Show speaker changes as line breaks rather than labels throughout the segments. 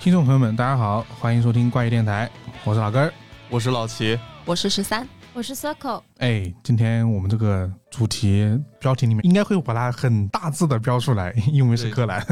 听众朋友们，大家好，欢迎收听怪异电台，我是老根儿。
我是老齐，
我是十三，
我是 Circle，
哎，今天我们这个主题标题里面应该会把它很大字的标出来，因为是柯南。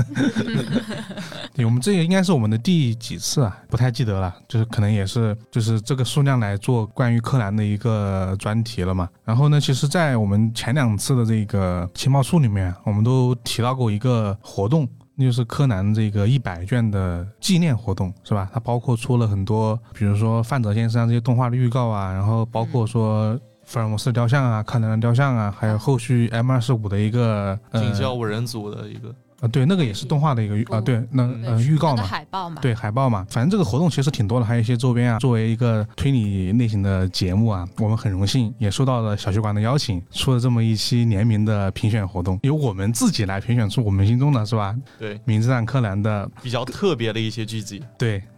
对，我们这个应该是我们的第几次啊？不太记得了，就是可能也是就是这个数量来做关于柯南的一个专题了嘛。然后呢，其实，在我们前两次的这个情报树里面，我们都提到过一个活动。那就是柯南这个一百卷的纪念活动，是吧？它包括出了很多，比如说范泽先生这些动画的预告啊，然后包
嗯
括说福尔摩斯雕像啊、柯南的雕像啊，还有后续 M 二四五的一个呃
警校五人组的一个，
啊，对，那个也是动画的一个预啊，对，那
嗯
呃预告
那
嘛
个，海报嘛，
对海报嘛，反正这个活动其实挺多的，还有一些周边啊。作为一个推理类型的节目啊，我们很荣幸也受到了小学馆的邀请，出了这么一期联名的评选活动，由我们自己来评选出我们心中的是吧？
对，
名侦探柯南的
比较特别的一些剧集。
对。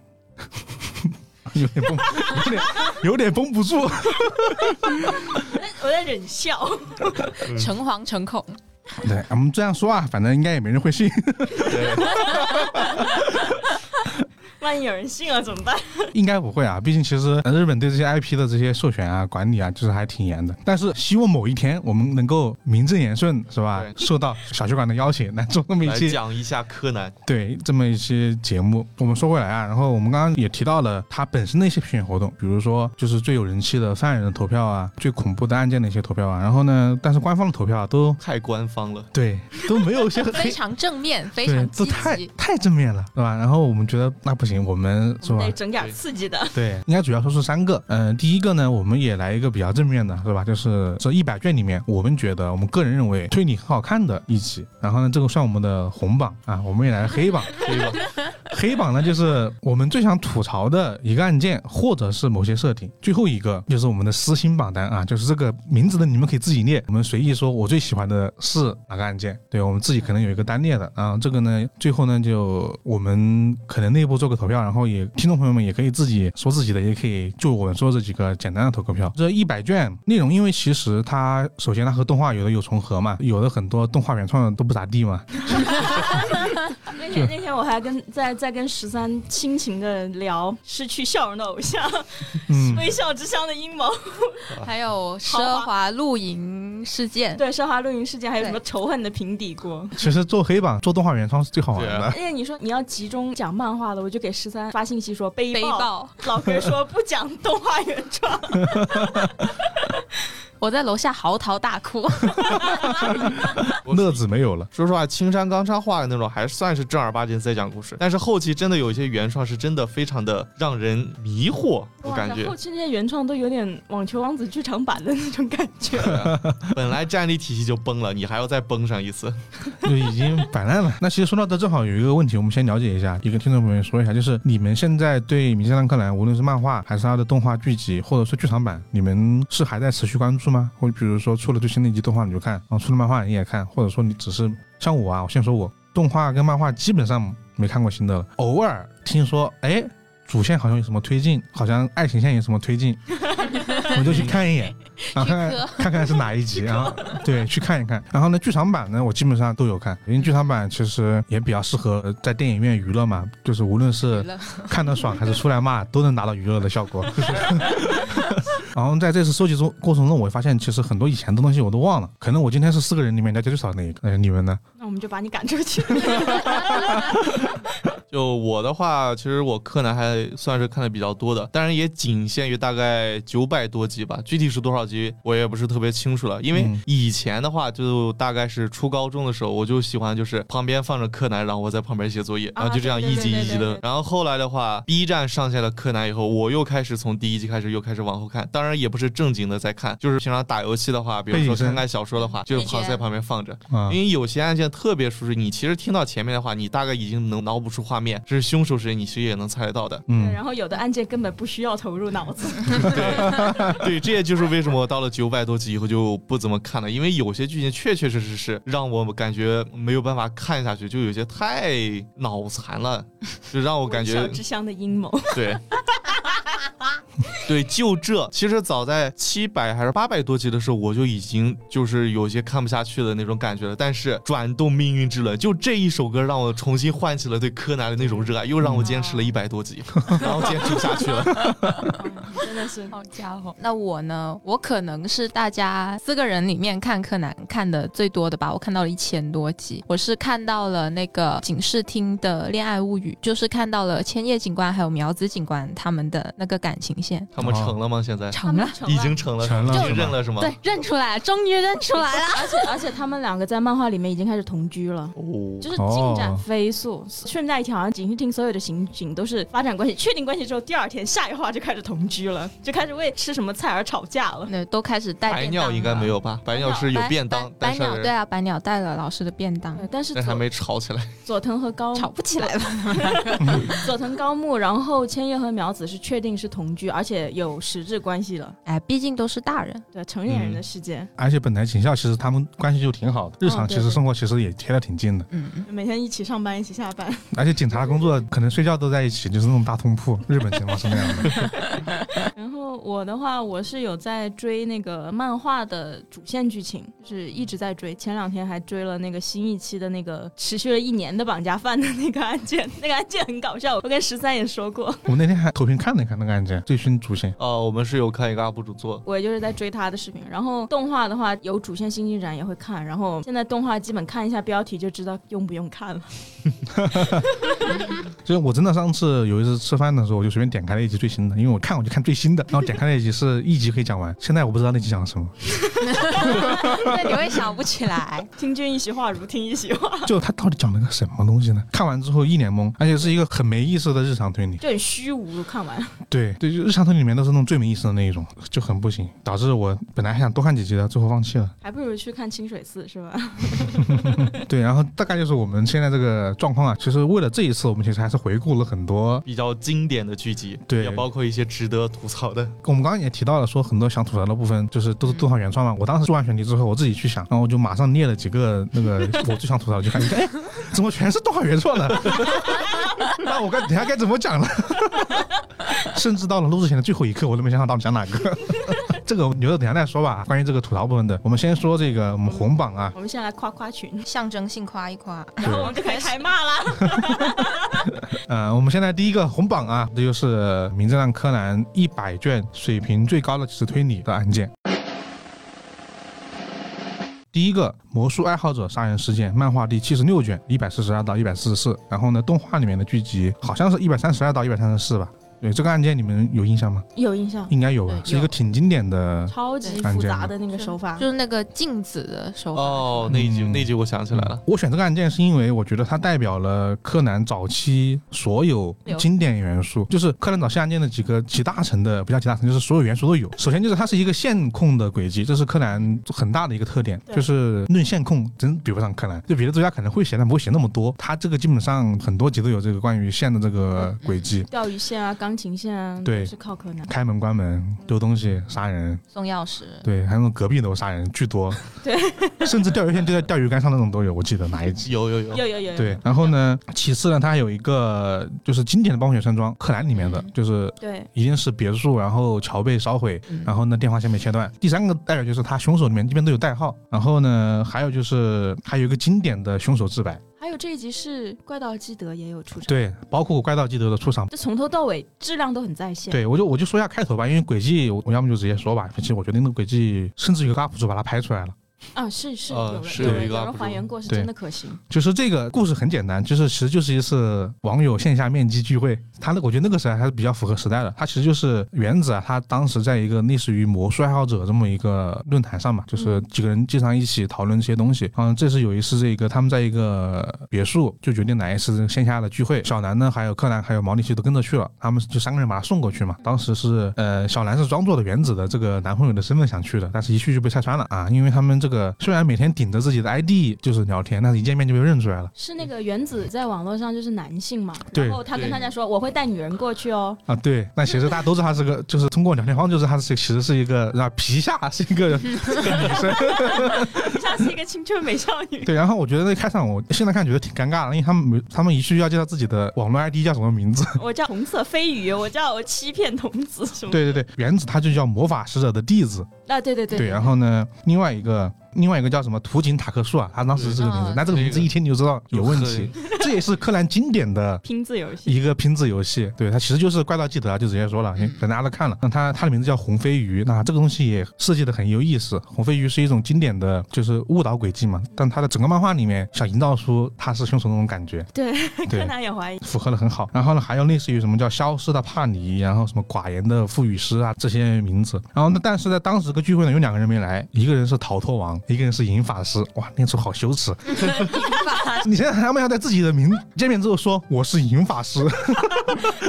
有点绷，有点有点绷不住。
我在忍笑，
嗯
诚惶诚恐。
对，我们这样说啊，反正应该也没人会信，
对，
万一有人信了怎么办？
应该不会啊。毕竟其实日本对这些 IP 的这些授权啊、管理啊，就是还挺严的。但是希望某一天我们能够名正言顺，是吧？
对
受到小学馆的邀请来做那么一
来
期
讲一下柯南，
对这么一些节目，我们说回来啊，然后我们刚刚也提到了它本身的一些评选活动，比如说就是最有人气的犯人的投票啊，最恐怖的案件的一些投票啊，然后呢，但是官方的投票啊都
太官方了。
对都没有一些
非
黑。
常正面，非
对
常，
这
积
太
极，
太正面了，对吧？然后我们觉得那不行，我们是吧？
整
点
刺激的。
对，应该主要说是三个。嗯、第一个呢，我们也来一个比较正面的，是吧？就是这一百卷里面，我们觉得我们个人认为推理很好看的一集。然后呢，这个算我们的红榜啊，我们也来黑榜。
可 以吧？
黑榜呢，就是我们最想吐槽的一个案件，或者是某些设定。最后一个就是我们的私心榜单啊，就是这个名字的你们可以自己列，我们随意说我最喜欢的是哪个案件。对我们自己可能有一个单列的啊，这个呢，最后呢就我们可能内部做个投票，然后也听众朋友们也可以自己说自己的，也可以就我们说这几个简单的投个票。这一百卷内容，因为其实它首先它和动画有的有重合嘛，有的很多动画原创的都不咋地嘛，
那天那天我还跟在在跟十三亲情的聊失去笑容的偶像，，
嗯
微笑之乡的阴谋，
还有
豪
奢华露营事件，
对奢华露营事件，还有什么
对
仇恨的平底锅。
其实做黑榜做动画原创是最好玩
对
的
啊。
因为你说你要集中讲漫画的，我就给十三发信息说背
背
包。
包。
老哥说不讲动画原创，
我在楼下嚎啕大哭，
乐子没有了。
说实话，青山刚昌画的那种还算是正儿八经在讲故事，但是后期真的有一些原创是真的非常的让人迷惑， 我
哇
感
塞
觉
后。期那些原创都有点网球王子剧场版的那种感 觉。
对啊本来战力体系就崩了，你还要再崩上一次，
就已经摆烂了。 那其实说到这，正好有一个问题，我们先了解一下，也跟听众朋友们说一下，就是你们现在对《名侦探柯南》，无论是漫画还是它的动画剧集，或者是剧场版，你们是还在持续关注吗？或者比如说出了最新的一集动画你就看，啊，出了漫画你也看，或者说你只是像我啊，我先说我动画跟漫画基本上没看过新的了，偶尔听说，哎。主线好像有什么推进，好像爱情线有什么推进， 我就去看一眼，啊，看看
去磕
看看是哪一集啊？对，去看一看。然后呢，剧场版呢，我基本上都有看，因为剧场版其实也比较适合在电影院娱乐嘛，就是无论是
乐
看得爽还是出来骂，都能达到娱乐的效果。 然后在这次收集中过程中，我会发现其实很多以前的东西我都忘了，可能我今天是四个人里面了解最少的那一个。呃，你们呢？
那我们就把你赶出去。
嗯就我的话，其实我柯南还算是看的比较多的，当然也仅限于大概九百多集吧，具体是多少集我也不是特别清楚了。因为
嗯
以前的话，就大概是初高中的时候，我就喜欢就是旁边放着柯南，然后我在旁边写作业，
啊
然后就这样
对
一
对
集
对
一集
对
的
对。
然后后来的话，B 站上线了柯南以后，我又开始从第一集开始又开始往后看，当然也不是正经的在看，就是平常打游戏的话，比如
背景
说
声
看看小说
嗯
的话，就
感觉
好在旁边放着。
啊、。
因为有些案件特别熟悉，你其实听到前面的话，你大概已经能脑补出画面，这 是凶手谁，你其实也能猜得到的
对
嗯，
然后有的案件根本不需要投入脑子，
对， 对，这也就是为什么我到了九百多集以后就不怎么看了，因为有些剧情确确实实是让我感觉没有办法看下去，就有些太 脑残了，就让我感
小
觉
之乡的阴谋。
对。对，就这。其实早在七百还是八百多集的时候，我就已经就是有些看不下去的那种感觉了。但是转动命运之轮，就这一首歌让我重新唤起了对柯南的那种热爱，又让我坚持了一百多 集，然后坚持不下去了。
真的是，
好家伙！那我呢？我可能是大家四个人里面看柯南看的最多的吧，我看到了一千多集。我是看到了那个警视厅的《恋爱物语》，就是看到了千叶警官还有苗子警官他们的那个感情线。
他们成了吗？现在
成了，
已经成了，
哦成了
已经认了是吗？
对，认出来，终于认出来了。
而且而且他们两个在漫画里面已经开始同居了，
哦，
就是进展飞速。顺带一条，好像警视厅所有的刑警都是发展关系确定关系之后，第二天下一话就开始同居了，就开始为吃什么菜而吵架了。
那都开始带
白鸟应该没有吧？白鸟是有便当，
白
但是
鸟对啊，白鸟带了老师的便当，
对但是
但还没吵起来。
佐藤和高
吵不起来了。
佐藤高木，然后千叶和苗子是确定是同居，而且有实质关系了。
哎，毕竟都是大人。
对，成年人的世界，
嗯
而且本来警校其实他们关系就挺好的，日常
嗯对
其实
对
生活其实也贴得挺近的，
嗯，
每天一起上班，一起下班。
而且警察工作可能睡觉都在一起，就是那种大通铺，日本情况是那样的。
然后我的话，我是有在追那个漫画的主线剧情，就是一直在追。前两天还追了那个新一期的那个持续了一年的绑架犯的那个案件，那个案件很搞笑。我跟十三也说过，
我们那天还投屏看了一看那个案件最新主线，
哦，我们是有看一个 UP 主做，
我也就是在追他的视频。然后动画的话，有主线新进展也会看。然后现在动画基本看一下标题就知道用不用看了。
就是我真的上次有一次吃饭的时候，我就随便点开了一集最新的，因为我看我就看最新的，然后点开了一集是一集可以讲完，现在我不知道那集讲什么，
对，你会想不起来。
听君一席话，如听一席话，
就他到底讲了个什么东西呢？看完之后一脸懵，而且是一个很没意思的日常推理。
就很虚无。看完
对对，就日常推理里面都是那种最没意思的那一种，就很不行，导致我本来还想多看几集的，最后放弃了。
还不如去看清水寺，是吧？
对，然后大概就是我们现在这个状况啊，其实为了这一次，我们其实还是回顾了很多。
比较经典的剧集，
对
也包括一些值得吐槽的。
我们刚刚也提到了，说很多想吐槽的部分就是都是动画原创嘛。我当时做完选题之后，我自己去想，然后我就马上列了几个那个我最想吐槽的，就看，哎，怎么全是动画原创的？那我该等下该怎么讲呢？甚至到了录制前的最后一刻，我都没想好到底讲哪个。这个我留着等下再说吧。关于这个吐槽部分的，我们先说这个我们红榜啊，
我们先来夸夸群，
象征性夸一夸，啊
然 后我们就可以开骂啦。
呃，我们现在第一个红榜啊，这就是《名侦探柯南》一百卷水平最高的即时推理的案件。第一个魔术爱好者杀人事件，漫画第七十六卷，一百四十二到一百四十四。然后呢，动画里面的剧集好像是一百三十二到一百三十四吧。对这个案件，你们有印象吗？
有印象，
应该有吧，
对
是一个
有
挺经典的。
超级
对
复杂的那个手法
就。是那个镜子的手法。
哦，那一集
嗯
那一集我想起来了，
我选这个案件是因为我觉得它代表了柯南早期所有经典元素，就是柯南早期案件的几个集大成的，不叫集大成，就是所有元素都有。首先就是它是一个线控的轨迹，这是柯南很大的一个特点，
对
就是论线控真比不上柯南，就别的作家可能会写，但不会写那么多。他这个基本上很多集都有这个关于线的这个轨迹。
钓鱼线啊，钢琴线啊，
对
都是靠柯南。
开门、关门、丢东西、杀人，
送钥匙，
对，还有那种隔壁楼杀人，巨多。
对，
甚至钓鱼线就在钓鱼竿上那种都有，我记得哪一集。
有有有，
有有有有
对，然后呢，其次呢，它还有一个就是经典的暴雪山庄，柯南里面的，
嗯
就是
对，
一定是别墅，然后桥被烧毁，
嗯
然后呢电话线被切断。第三个代表就是他凶手里面这边都有代号，然后呢还有就是还有一个经典的凶手自白，
还有这一集是怪盗基德也有出场，，
对，包括怪盗基德的出场。
这从头到尾质量都很在线。
对，我就我就说一下开头吧，因为轨迹，我我要么就直接说吧。其实我觉得那个轨迹，甚至有个 UP 主把它拍出来了。
啊，是是
呃
有人
是
有
有
人
一个
有人
UP
还
主
原过，是
对
真的可行。
就是这个故事很简单，就是其实就是一次网友线下面基聚会。他那我觉得那个时代还是比较符合时代的。他其实就是原子啊，他当时在一个类似于魔术爱好者这么一个论坛上嘛，就是几个人经常一起讨论这些东西。嗯，这次有一次这个他们在一个呃别墅就决定来一次线下的聚会。小南呢，还有柯南，还有毛利奇都跟着去了。他们就三个人把他送过去嘛。当时是呃，小南是装作的原子的这个男朋友的身份想去的，但是一去就被拆穿了啊，因为他们这个虽然每天顶着自己的 ID 就是聊天，但是一见面就被认出来了。
是那个原子在网络上就是男性嘛，
对
然后他跟
对
大家说我会带女人过去哦，
啊，对，那其实大家都知道他是个，就是通过聊天方式，就是他是其实是一个啊皮下是一个女生，
这像是一个青春美少女。
对，然后我觉得那开场，我现在看觉得挺尴尬的，因为他们没他们一句要介绍自己的网络 ID 叫什么名 字。
我叫红色飞鱼，我叫我欺骗童子什么？
对对对，原子他就叫魔法使者的弟子。
啊，对对对
对，然后呢，另外一个另外一个叫什么图景塔克树啊，他当时是这个名字
嗯，
啊那这个名字一听你就知道有问题。这也是柯南经典的
拼字游戏。
一个拼字游戏，对它其实就是怪盗基德啊，就直接说了，你
嗯
可能大家都看了。那它它的名字叫红飞鱼，那这个东西也设计的很有意思。红飞鱼是一种经典的就是误导轨迹嘛，但它的整个漫画里面想营造出他是凶手那种感觉，
对，柯
对，
南也怀疑。
符合的很好。然后呢，还有类似于什么叫消失的帕尼，然后什么寡言的赋予师啊这些名字。然后呢，但是在当时这个聚会呢，有两个人没来，一个人是逃脱王，一个人是银法师。哇，念出好羞耻！ 你想想，他们要在自己的名见面之后说我是银法师，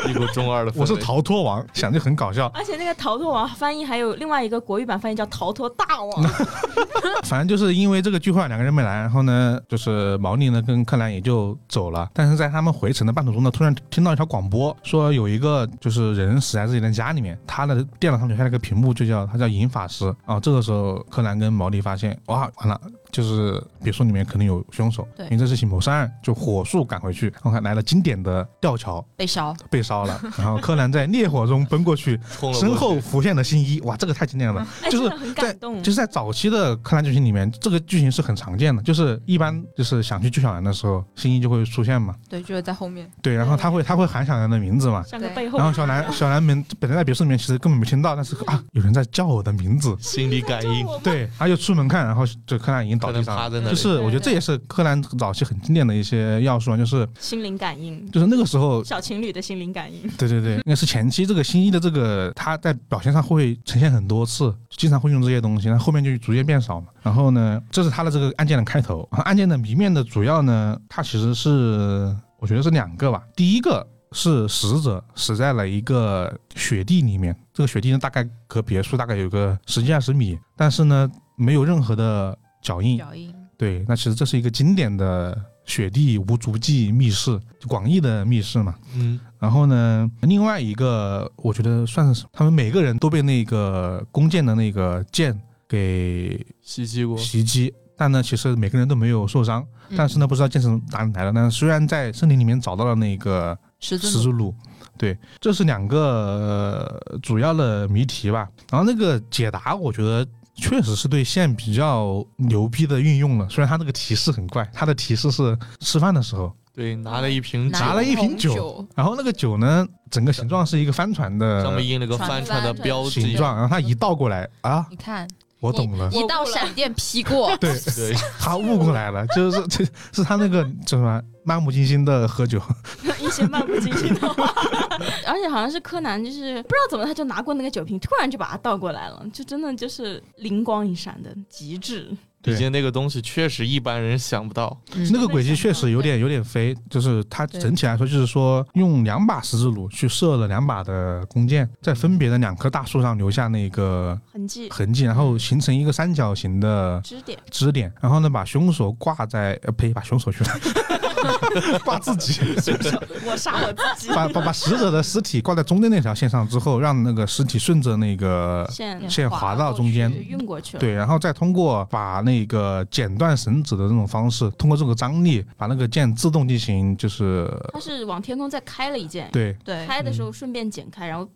一股中二的氛围，
我是逃脱王，想就很搞笑。
而且那个逃脱王翻译还有另外一个国语版翻译叫逃脱大王，
反正就是因为这个聚会，两个人没来，然后呢，就是毛利呢跟柯南也就走了。但是在他们回程的半途中呢，突然听到一条广播，说有一个就是人死在自己的家里面，他的电脑上留下了一个屏幕，就叫他叫银法师啊。这个时候，柯南跟毛利发现，哇，完了。就是别墅里面肯定有凶手，
对
因为这是起谋杀案，就火速赶回去。然后还来了经典的吊桥
被烧，
被烧了，然后柯南在烈火中奔过去，
冲了过去
身后浮现了新一，哇，这个太经典了，
哎，
就
真
是
的很
在
感
嗯
动。
就是在早期的柯南剧情里面，这个剧情是很常见的，就是一般就是想去救小兰的时候，新一就会出现嘛，
对，就是在后面，
对，然后他
嗯
会他会喊小兰的名字嘛，
像个
对
哦
背后
然后小兰小兰们本来在别墅里面其实根本没听到，但是啊有人在叫我的名字，
心理 感应，
对，他就出门看，然后就柯南已经倒
可
地
能
上
趴
了。
在那
就
里，
是我觉得这也是柯南早期很经典的一些要素啊，就是
心灵感应，
就是那个时候，
小情侣的心灵感应。
对对对，应该是前期这个新一的这个他在表现上会呈现很多次，经常会用这些东西，那后面就逐渐变少嘛。然后呢，这是他的这个案件的开头。然后案件的谜面的主要呢，它其实是我觉得是两个吧。第一个是死者死在了一个雪地里面，这个雪地呢大概隔别墅大概有个十几二十米，但是呢没有任何的脚印，
脚印，
对，那其实这是一个经典的雪地无足迹密室，就广义的密室嘛。
嗯，
然后呢，另外一个我觉得算是他们每个人都被那个弓箭的那个箭给
袭击过，
袭击，但呢，其实每个人都没有受伤，
嗯
但是呢，不知道箭是从哪里来的。但是虽然在森林里面找到了那个
十字
十
路
字路，对，这是两个、呃主要的谜题吧。然后那个解答，我觉得。确实是对线比较牛逼的运用了，虽然它那个提示很怪，它的提示是吃饭的时候，
对，拿了一瓶酒，
拿了一瓶酒
酒，
然后那个酒呢，整个形状是一个帆船的
上面印了个帆船的标记，
形状，然后他一倒过来啊，
你看，
我懂了，，
一道闪电劈过
对，
对，
他悟过来了，就是 这是他那个叫什么漫不经心的喝酒，
一些漫不经心的 话，而且好像是柯南，就是不知道怎么他就拿过那个酒瓶，突然就把它倒过来了，就真的就是灵光一闪的极致。
对
毕竟那个东西确实一般人想不到，
嗯
那个轨迹确实有点有点飞，就是它
对
整体来说就是说用两把十字弩去射了两把的弓箭，在分别的两棵大树上留下那个
痕迹
痕迹，然后形成一个三角形的
支点，
支点，然后呢把凶手挂在呃呸把凶手去了， 挂自己。
我杀我 自己。
把把把死者的尸体挂在中间那条线上之后，让那个尸体顺着那个
线
线滑到中间
就，运过去了，
对，然后再通过把那个剪断绳子的这种方式，通过这个张力把那个箭自动进行，就是
他是往天空再开了一箭，
对
对，
开的时候顺便剪开，然后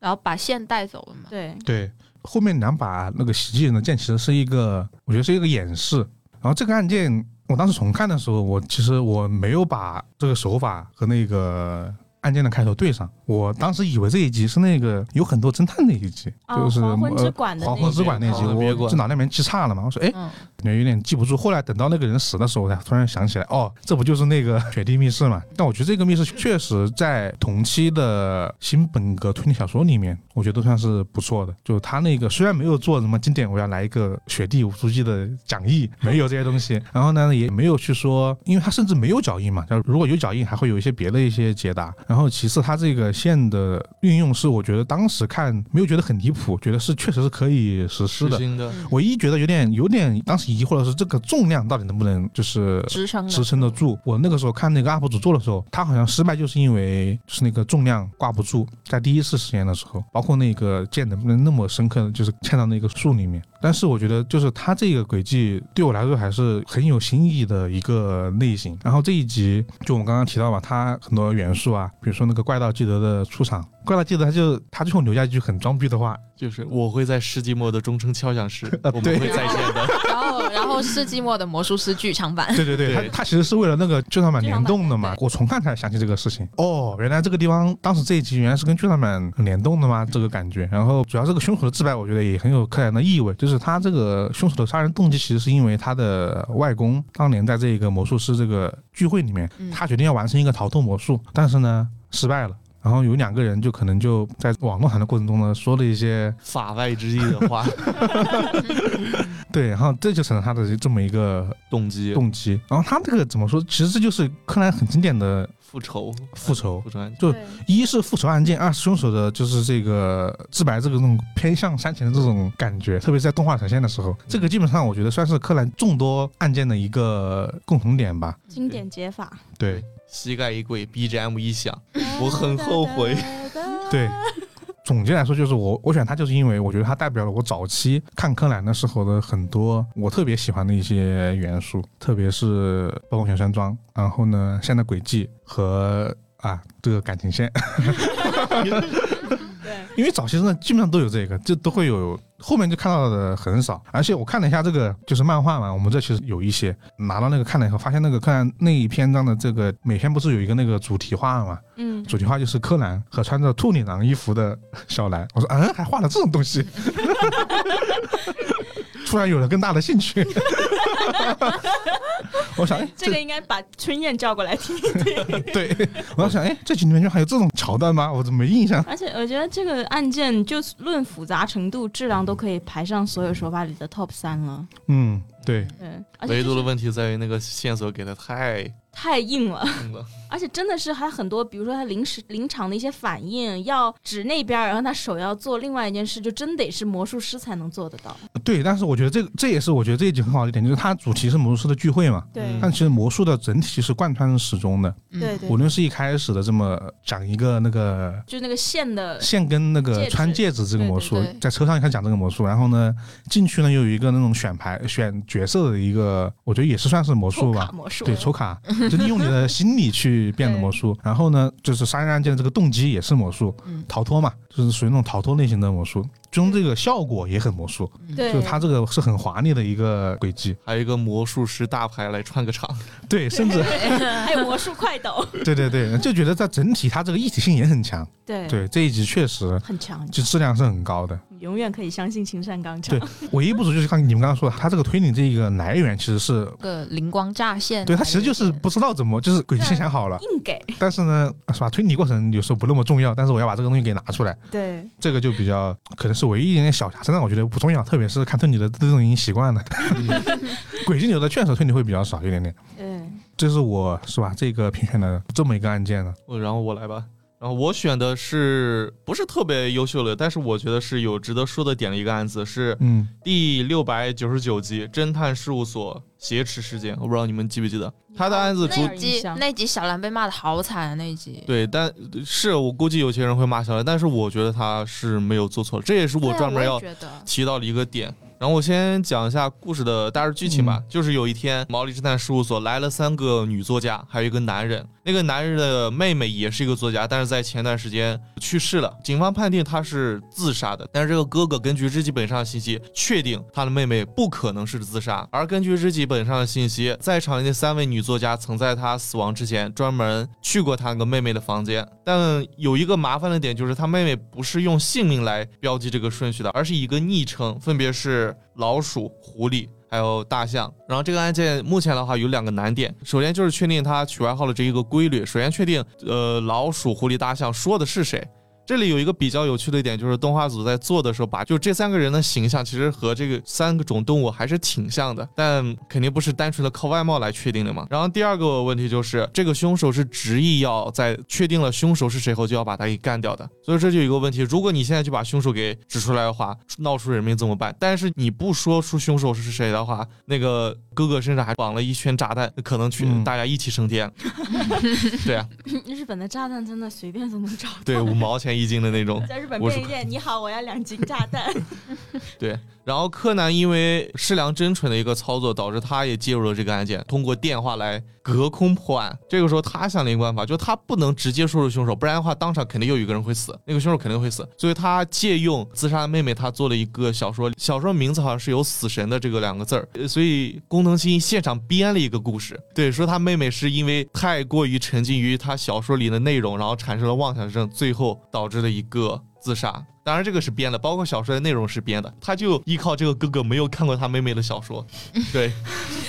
然后把线带走了嘛，
对，
对。后面两把那个袭击人的箭其实是一个，我觉得是一个演示。然后这个案件，我当时重看的时候，我其实我没有把这个手法和那个。案件的开头对上，我当时以为这一集是那个有很多侦探那一集，
啊
就是
黄昏之
呃
馆的
黄
那
昏
一
之馆那集，
集黄昏别
我
馆
这脑袋里面记差了嘛。我说，哎，
嗯，
感觉有点记不住。后来等到那个人死的时候，我才突然想起来，哦，这不就是那个 雪地密室嘛？但我觉得这个密室确实在同期的新本格推理小说里面，我觉得都算是不错的。就他那个虽然没有做什么经典，我要来一个雪地无足迹的讲义，没有这些东西。然后呢，也没有去说，因为他甚至没有脚印嘛。就如果有脚印，还会有一些别的一些解答。然后其次，他这个线的运用是我觉得当时看没有觉得很离谱，觉得是确实是可以实施的
实。心的，
唯一觉得有点有点当时疑惑的是，这个重量到底能不能就是
支撑
支撑得住？我那个时候看那个 UP 主做的时候，他好像失败就是因为就是那个重量挂不住，在第一次实验的时候，包括那个箭能不能那么深刻的就是嵌到那个树里面，但是我觉得就是它这个轨迹对我来说还是很有新意的一个类型。然后这一集就我们刚刚提到嘛，它很多元素啊，比如说那个怪盗基德的出场，怪盗基德他就他最后留下一句很装逼的话，
就是我会在世纪末的钟声敲 响时，
啊
我们
对
会再见的。
然后，然后世纪末的魔术师剧场版，
对对对，
对
他他其实是为了那个剧场版
剧场
联
版
动的嘛。我重看才想起这个事情。哦，原来这个地方当时这一集原来是跟剧场版联动的吗？这个感觉。然后主要这个凶手的自白，我觉得也很有柯南的意味，就是他这个凶手的杀人动机其实是因为他的外公当年在这个魔术师这个聚会里面
嗯，
他决定要完成一个逃脱魔术，但是呢失败了。然后有两个人就可能就在网络谈的过程中呢，说了一些
法外之地的 话，
嗯
对，然后这就成了他的这么一个
动机、
动机。然后他这个怎么说？其实这就是柯南很经典的
复仇、
复仇
复。仇案件。
就一是复仇案件，二是凶手的就是这个自白这个那种偏向煽情的这种感觉，特别是在动画呈现的时候，这个基本上我觉得算是柯南众多案件的一个共同点吧。
经典解法。
对
膝盖一跪，BGM 一响，我很后悔。
对。总结来说，就是我我选它，就是因为我觉得它代表了我早期看柯南的时候的很多我特别喜欢的一些元素，特别是包括小山庄，然后呢，现代轨迹和啊这个感情线，
对，
因为早期真的基本上都有这个，就都会有，后面就看到的很少。而且我看了一下这个，就是漫画嘛，我们这其实有一些拿到那个看了以后，发现那个柯南那一篇章的这个每篇不是有一个那个主题画嘛？
嗯，
主题画就是柯南和穿着兔女郎衣服的小兰。 我说，嗯，还画了这种东西， 突然有了更大的兴趣。 我想，哎，
这个应该把春燕叫过来听一听。
对，我要想，哎，这集里面就还有这种桥段吗？我怎么没印象？
而且我觉得这个案件，就论复杂程度、质量，都可以排上所有手法里的 top 三了。
嗯，对，
对，而且
唯独
就
的
是
问题在于那个线索给的太
太硬了，
硬了，
而且真的是还很多，比如说他临时临场的一些反应，要指那边儿，然后他手要做另外一件事，就真得是魔术师才能做得到。
对，但是我觉得这个这也是我觉得这一集很好的一点，就是它主题是魔术师的聚会嘛，
对
但其实魔术的整体是贯穿始终的，
嗯
对嗯对
无，论是一开始的这么讲一个那个
就那个线的，
线跟那
戒
个
指
穿戒指这个魔术
对对对，
在车上开始讲这个魔术，然后呢进去呢又有一个那种选牌 选角色的一个，我觉得也是算是魔术
抽
吧
卡，魔术，
对，抽卡就利用你的心理去变的魔术，然后呢，就是杀人案件的这个动机也是魔术，
嗯
逃脱嘛，就是属于那种逃脱类型的魔术，最终这个效果也很魔术，
对，
就它这个是很华丽的一个轨迹，
还有一个魔术师大牌来串个场，
对，甚至
还有魔术快斗，
对对对，就觉得在整体它这个一体性也很强，
对，
对这一集确实
很强，
就质量是很高的。
你永远可以相信青山刚
对
昌。，
唯一不足就是刚你们刚刚说的，它这个推理这个来源其实是。
个灵光乍
嗯
现。
对，它其实就是不知道怎么，就是
啊
轨迹先想好了，
硬给，
但是呢，是吧？推理过程有时候不那么重要，但是我要把这个东西给拿出来，
对，
这个就比较可能是唯一一点点小瑕疵，但我觉得不重要，特别是看推理的这种已经习惯了，
嗯
轨迹流的确实推理会比较少一点点。
对，
这是我是吧？这个评选的这么一个案件呢，
呃然后我来吧。然后我选的是不是特别优秀的，但是我觉得是有值得说的点的一个案子，是
嗯，
第六百九十九集《侦探事务所挟持事件》，我不知道你们记不记得他的案子主
有
哦那
点
集
印象
那集小兰被骂的好惨啊！那一集，
对，但是我估计有些人会骂小兰，但是我觉得他是没有做错，这也是
对
我
啊
专门
也
要
觉得，
提到了一个点。然后我先讲一下故事的大致剧情吧。就是有一天，毛利侦探事务所来了三个女作家，还有一个男人。那个男人的妹妹也是一个作家，但是在前段时间去世了。警方判定他是自杀的，但是这个哥哥根据日记本上的信息，确定他的妹妹不可能是自杀。而根据日记本上的信息，在场的那三位女作家曾在她死亡之前专门去过她那个妹妹的房间，但有一个麻烦的点就是，她妹妹不是用姓名来标记这个顺序的，而是一个昵称，分别是老鼠、狐狸。还有大象。然后这个案件目前的话有两个难点，首先就是确定它取外号的这一个规律，首先确定呃老鼠、狐狸、大象说的是谁。这里有一个比较有趣的一点，就是动画组在做的时候把，就这三个人的形象其实和这个三种动物还是挺像的，但肯定不是单纯的靠外貌来确定的嘛。然后第二个问题就是，这个凶手是执意要在确定了凶手是谁后就要把他给干掉的，所以这就有一个问题，如果你现在就把凶手给指出来的话，闹出人命怎么办？但是你不说出凶手是谁的话，那个哥哥身上还绑了一圈炸弹，可能去、
嗯
大家一起升天。对啊，
日本的炸弹真的随便都能找到。
对，五毛钱钱一斤的那种。
在日本
我是
便利店，你好，我要两斤炸弹。
对，然后柯南因为适良真纯的一个操作，导致他也介入了这个案件，通过电话来隔空破案。这个时候他想了一个办法，就他不能直接说出凶手，不然的话当场肯定又有一个人会死，那个凶手肯定会死。所以他借用自杀的妹妹，他做了一个小说，小说名字好像是有“死神”的这个两个字儿，呃所以工藤新一现场编了一个故事，对，说他妹妹是因为太过于沉浸于他小说里的内容，然后产生了妄想症，最后导致了一个自杀。当然，这个是编的，包括小说的内容是编的。他就依靠这个哥哥没有看过他妹妹的小 说，对，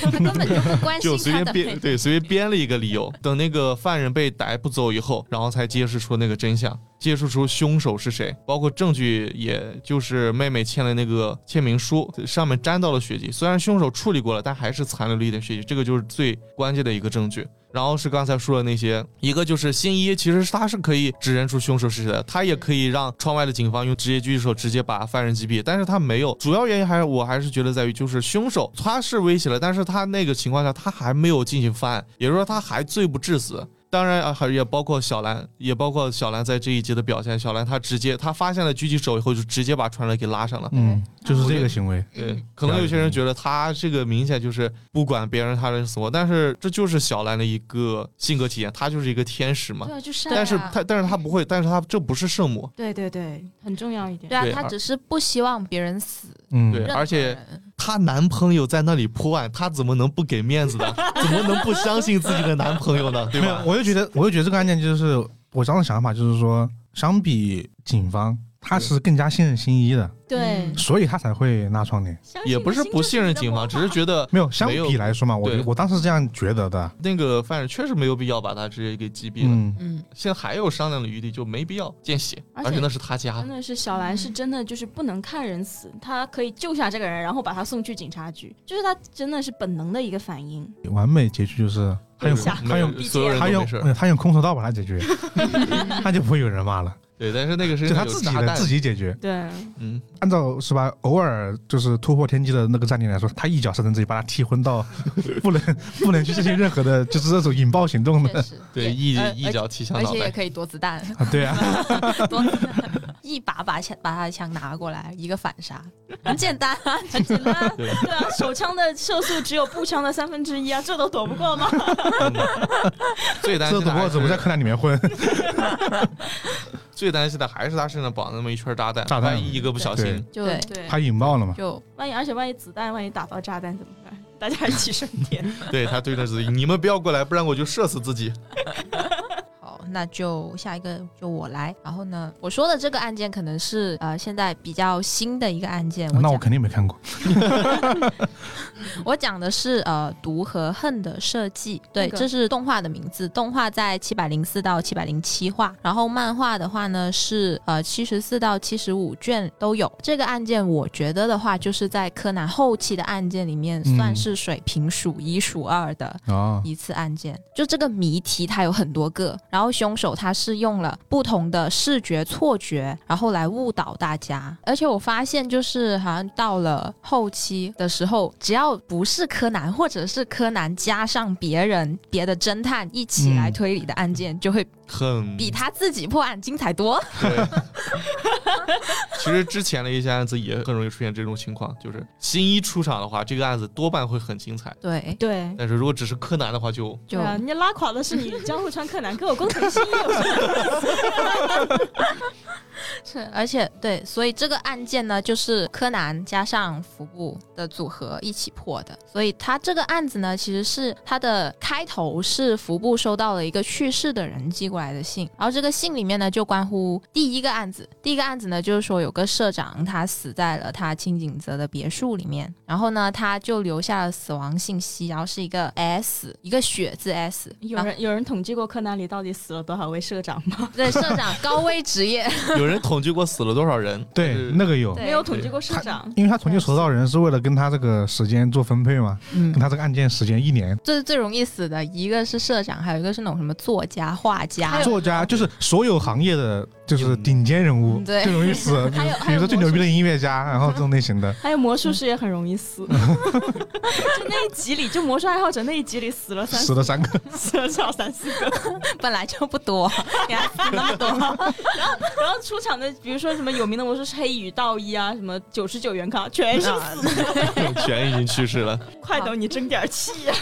他根本就不 关
就随
心他
便
的
编，
配。
对，随便编了一个理由。等那个犯人被逮捕走以后，然后才揭示出那个真相，揭示出凶手是谁，包括证据，也就是妹妹签了那个签名书，上面沾到了血迹。虽然凶手处理过了，但还是残留了一点血迹，这个就是最关键的一个证据。然后是刚才说的那些，一个就是新一，其实他是可以指认出凶手是谁的，他也可以让窗外的警方用职业狙击手直接把犯人击毙，但是他没有。主要原因还是我还是觉得在于，就是凶手他是威胁了，但是他那个情况下他还没有进行犯案，也就是说他还罪不至死。当然啊，还也包括小兰，也包括小兰在这一集的表现。小兰她直接，她发现了狙击手以后，就直接把川人给拉上了。
嗯，就是
我觉
这
得
个行为，
对，可能有些人觉得他这个明显就是不管别人他的死活，但是这就是小兰的一个性格体现，她就是一个天使嘛
对。啊，就是、啊、
但是她，但是她不会，但是她这不是圣母，
对对对，很重要一点
对。啊
对，
他
而
只是不希望别人死。
嗯，
对
任
而
何
且
人
她男朋友在那里破案，她怎么能不给面子呢？怎么能不相信自己的男朋友呢？对
没有
吧，？
我就觉得，我就觉得这个案件就是我当时想法就是说，相比警方，他是更加信任新一的，
对，
所以他才会拉窗帘。
相信
也不是
你的心
不
就是
信
你
任
的
警
魔
方，只
法
是觉得
没有，相
没有
比来说嘛，我
对
我当时是这样觉得的。
那个犯人确实没有必要把他直接给击毙了。
嗯，
嗯，
现在还有商量的余地，就没必要见血，
而
而且
且
那是他家
真，的是小兰是
嗯
真的就是不能看人死，她可以救下这个人，然后把他送去警察局，就是她真的是本能的一个反应。
嗯完美结局就是他用
对
下
他
没有
用
所有人
他
都
用
没事。
嗯他用空手道把他解 决，他就不会有人骂了，
对，但是那个
就是他自己的自己解决。
对，
嗯，
按照是吧？偶尔就是突破天际的那个战力来说，他一脚射程自己，把他踢昏到 不能不能去进行任何的，就是这种引爆行动
确
的。
实。
对，
也
一
呃
一脚踢向
而
脑
且也
袋。
可以躲子弹，
啊 对啊，
躲子弹， 一把把枪把他的枪拿过来，一个反 杀，很简单啊。
很简单啊，
对
对啊，手枪的射速只有步枪的三分之一啊， 这都躲不过吗？
嗯 最担
这
心
赌
的
博
还
只不在柯
是
南里面混。
最担心的还是他身上绑那么一圈炸弹，
炸弹
万一一个不小
对
心，
就
对，
他引爆了嘛？
就
万一而且万一子弹万一打到炸弹怎么办？大家一起升天。
对他对着自己，你们不要过来，不然我就射死自己。
好，那就下一个就我来。然后呢，我说的这个案件可能是呃现在比较新的一个案件，我
那
讲
我肯定没看过。
我讲的是呃《毒和恨的设计》，对，
那个
这是动画的名字。动画在七百零四到七百零七话，然后漫画的话呢是呃七十四到七十五卷都有。这个案件我觉得的话，就是在柯南后期的案件里面
嗯
算是水平数一数二的。
啊，
一次案件。就这个谜题，它有很多个，然后凶手他是用了不同的视觉错觉，然后来误导大家。而且我发现，就是好像到了后期的时候，只要不是柯南，或者是柯南加上别人别的侦探一起来
嗯
推理的案件，就会
很
比他自己破案精彩多。
对。其实之前的一些案子也很容易出现这种情况，就是新一出场的话，这个案子多半会很精彩。
对，
对，
但是如果只是柯南的话，就
就
对啊，人家拉垮的是你，江户川柯南跟我工藤新一有什么？
是，而且对，所以这个案件呢，就是柯南加上服部的组合一起破的。所以他这个案子呢，其实是他的开头是服部收到了一个去世的人寄过来的信，然后这个信里面呢，就关乎第一个案子。第一个案子呢，就是说有个社长他死在了他清井泽的别墅里面，然后呢，他就留下了死亡信息，然后是一个 S，一个血字 S，
有人有人统计过柯南里到底死了多少位社长吗？
对社长高危职业，
有人统计过死了多少人。但
对
是，
那个有，
对
没有统计过社长。
因为他统计手到人是为了跟他这个时间做分配嘛，
嗯
跟他这个案件时间一年。
这是最容易死的，一个是社长，还有一个是那种什么作家、画家
还有。
作家就是所有行业的就是顶尖人物，
嗯对
最容易死。 就
还有
比如说最牛逼的音乐家，然后这种类型的，
还有魔术师也很容易 死，就那一集里，就魔术爱好者那一集里死了三
死了三 个。
死了至少三四个，
本来就不多，你还死那 么多，
然后出场的，比如说什么有名的魔术师黑羽道一啊，什么九十九元康，全是死的。
全已经去世 了，
快等你争点气啊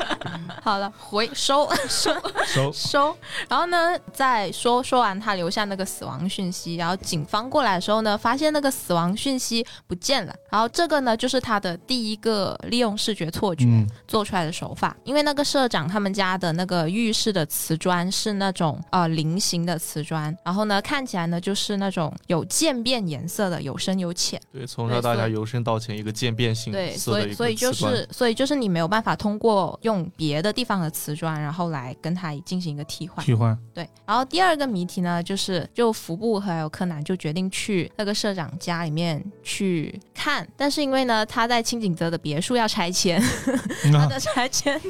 呀、
好了，回收 收
收
收。然后呢，再说说完他留下那个死亡讯息，然后警方过来的时候呢，发现那个死亡讯息不见了。然后这个呢，就是他的第一个利用视觉错觉
嗯，
做出来的手法，因为那个社长他们家的那个浴室的瓷砖是那种呃菱形的瓷砖，然后呢看起来呢就是那种有渐变颜色的，有深有浅。
对，从小到大由深到浅一个渐变性
对，
色
所
的一
以
个
所以就
器官
是所以就是你没有办法通过用别的地方的瓷砖，然后来跟它进行一个替换。
替换，
对，然后第二个谜题呢，就是就福布还有柯南就决定去那个社长家里面去看，但是因为呢他在清井泽的别墅要拆迁，
嗯
他
啊
的拆迁。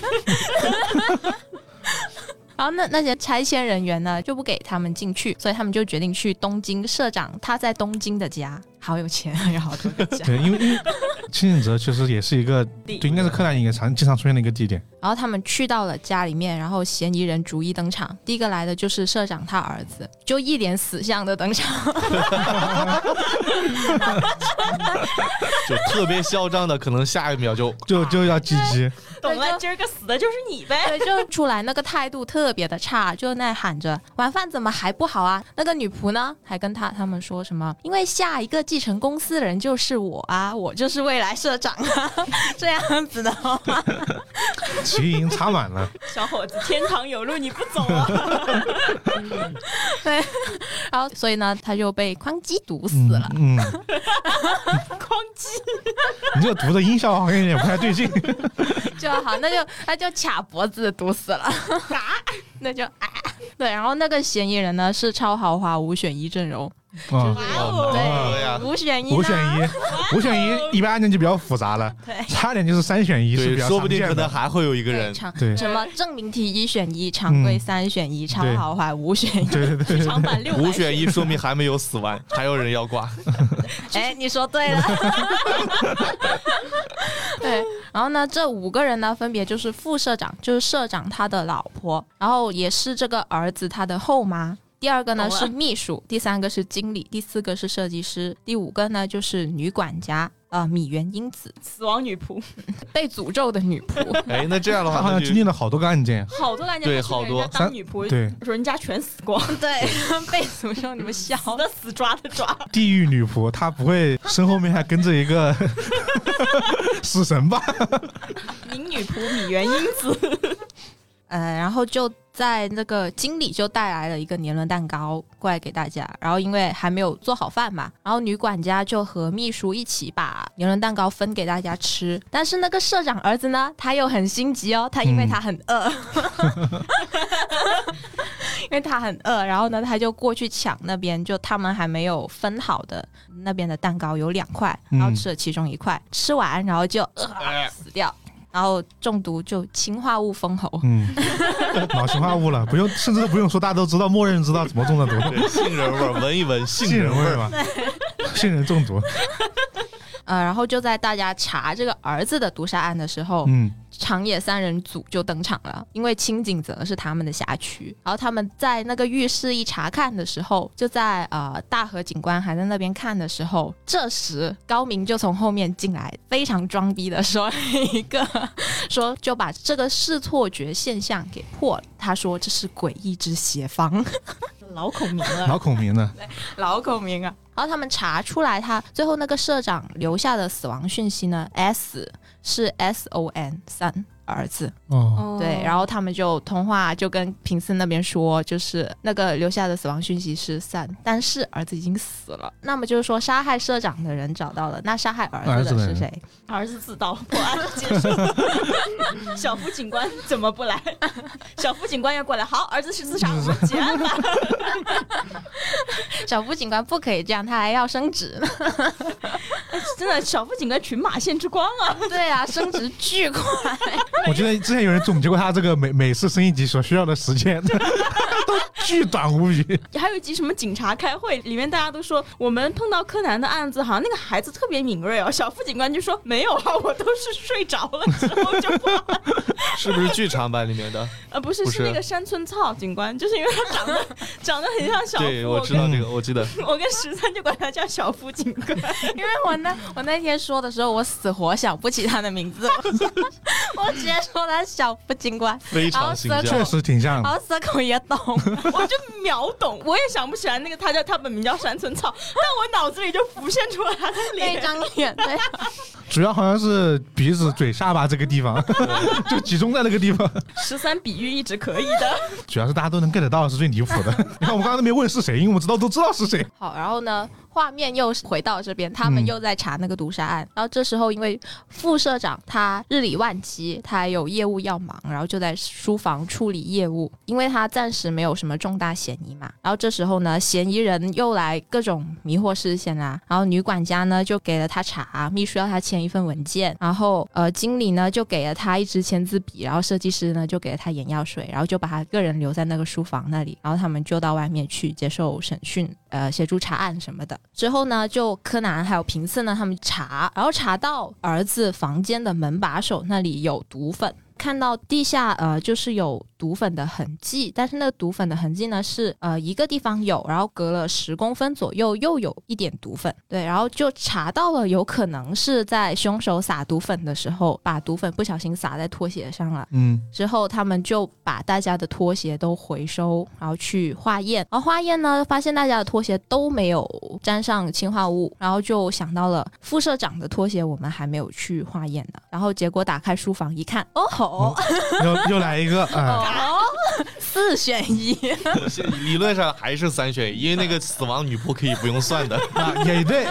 然后那那些拆迁人员呢就不给他们进去，所以他们就决定去东京社长他在东京的家，好有钱， 有好多 个家。
啊对，因为因为 清醒者确实也是一个，
地
就应该是柯南应该常经常出现的一个地点。
然后他们去到了家里面，然后嫌疑人逐一登场。第一个来的就是社长他儿子，就一脸死相的登场。
就特别嚣张的，可能下一秒就
就
啊
就要鸡鸡，
懂了，今儿个死的就是你呗。
对，就出来那个态度特别的差，就那喊着晚饭怎么还不好啊？那个女仆呢，还跟他他们说什么？因为下一个继承公司的人就是我啊， 我就是未来社长啊， 这样子的话，
旗已经插满了，
小伙子，天堂有路你不走 啊！
然后所以呢，他就被匡基毒 死了。
嗯，嗯
哐叽，
你这个读的音效好像有点不太对劲。
就好，那就那就卡脖子毒死了， 那就啊，对，然后那个嫌疑人呢是超豪华五选一阵容，
啊，
哇
哦
哦！
对呀，
五选一，
五选，一，五选一，一般案件就比较复杂了，
对，
差点就是三选一是
对
比，较
说
常
不定可
见
能
的。
还会有一个
对，
人，嗯
常
对
什么证明题一选一，常规三选一，超豪华五选一，
对 对 对，
长版六
五
百
选一说明还没有死完，还有人要挂。
哎，你说对 了。对，然后呢，这五个人呢，分别就是副社长，就是社长他的老婆，然后也是这个儿子他的后妈。第二个呢
懂了
是秘书，第三个是经理，第四个是设计师，第五个呢就是女管家，啊，米原英子，
死亡女仆，
被诅咒的女仆。
哎，那这样的
他好
话，那
像经
就
历了好多个案件。
好多感觉
对
他去给
好多
人家当女仆，
对，
人家全死 光，
对， 被诅咒，你们笑。
死的死，抓的 抓。
地狱女仆，她不会身后面还跟着一个 死神吧？
名女仆米原英 子，
呃，然后就在那个经理就带来了一个年轮蛋糕过来给大家，然后因为还没有做好饭嘛，然后女管家就和秘书一起把年轮蛋糕分给大家吃。但是那个社长儿子呢，他又很心急哦，他因为他很饿， 因为他很饿，然后呢，他就过去抢那边就他们还没有分好的那边的蛋糕有两块，然后
嗯
吃了其中一块，吃完然后就、呃、
哎
死掉。然后中毒就氰化物封喉，
嗯，脑型化物了，不用，甚至都不用说，大家都知道，默认知道怎么中的毒，
对杏仁味儿，闻一闻杏
杏
仁
仁
味
味
儿哦
儿。吧？杏仁中毒，
呃，然后就在大家查这个儿子的毒杀案的时候，
嗯，
长野三人组就登场了，因为清井泽是他们的辖区。然后他们在那个浴室一查看的时候，就在呃大和警官还在那边看的时候，这时高明就从后面进来，非常装逼的说了一个 说就把这个视错觉现象给破了。他说这是诡异之协防。
老孔明了，
老孔明呢？
老孔明啊！
然后他们查出来他最后那个社长留下的死亡讯息呢，S 是 S O N 三儿子，
哦，
哦
对，然后他们就通话就跟平次那边说，就是那个留下的死亡讯息是三，但是儿子已经死了，那么就是说杀害社长的人找到了，那杀害儿
儿
子
子
的
的
是
人
谁？
儿子自刀破案结束，小副警官怎么不来？小副警官要过来，好，儿子是自杀，我们结案吧。
小副警官不可以这样，他还要升职呢。
真的，小腹井跟群马县之光啊！
对啊，升值巨 快。
我记得之前有人总结过他这个每每次升一级所需要的时间， 都巨短无比。
啊
还有一集什么警察开会，里面大家都说我们碰到柯南的案子，好像那个孩子特别敏锐哦。小副警官就说没有啊，我都是睡着了之后就画。
是不是剧场版里面的？
呃，不是，
不
是那个山村操警官，就是因为他长得长得很像小夫。
对，我
我
知道
嗯
这个，我记得。
跟我跟十三就管他叫小夫警官，
因为我那我那天说的时候，我死活想不起他的名字， 我直接说他小不警官，
非常形象
然后
确实挺像
然
的。
后蛇口也懂，
我就秒懂。我也想不起来那个他叫他本名叫山村操，但我脑子里就浮现出了他的
那
脸。
张脸对，
主要好像是鼻子、嘴、下巴这个地方，就集中在那个地方。
十三比喻一直可以 的，
主要是大家都能 get 得到，是最离谱的。你看我们刚刚都没问是谁，因为我们知道都知道是谁。
好，然后呢，画面又回到这边，他们又在查那个毒杀案。然后这时候，因为副社长他日理万机，他有业务要忙，然后就在书房处理业务，因为他暂时没有什么重大嫌疑嘛。然后这时候呢，嫌疑人又来各种迷惑视线啦。然后女管家呢就给了他查，秘书要他签一份文件，然后呃经理呢就给了他一支签字笔，然后设计师呢就给了他眼药水，然后就把他个人留在那个书房那里，然后他们就到外面去接受审讯，呃，协助查案什么的。之后呢，就柯南还有平次呢，他们查，然后查到儿子房间的门把手那里有毒粉。看到地下呃，就是有毒粉的痕迹，但是那个毒粉的痕迹呢是呃一个地方有，然后隔了十公分左右又有一点毒粉，对，然后就查到了，有可能是在凶手撒毒粉的时候，把毒粉不小心撒在拖鞋上了。
嗯，
之后，他们就把大家的拖鞋都回收，然后去化验。然后化验呢，发现大家的拖鞋都没有沾上氰化物，然后就想到了副社长的拖鞋我们还没有去化验呢。然后结果打开书房一看，哦吼，
又又来一个啊、
哦，四选一，
理论上还是三选一，因为那个死亡女仆可以不用算的，
啊 也对，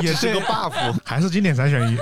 也
也是
对
个 buff。
还是经典三选一。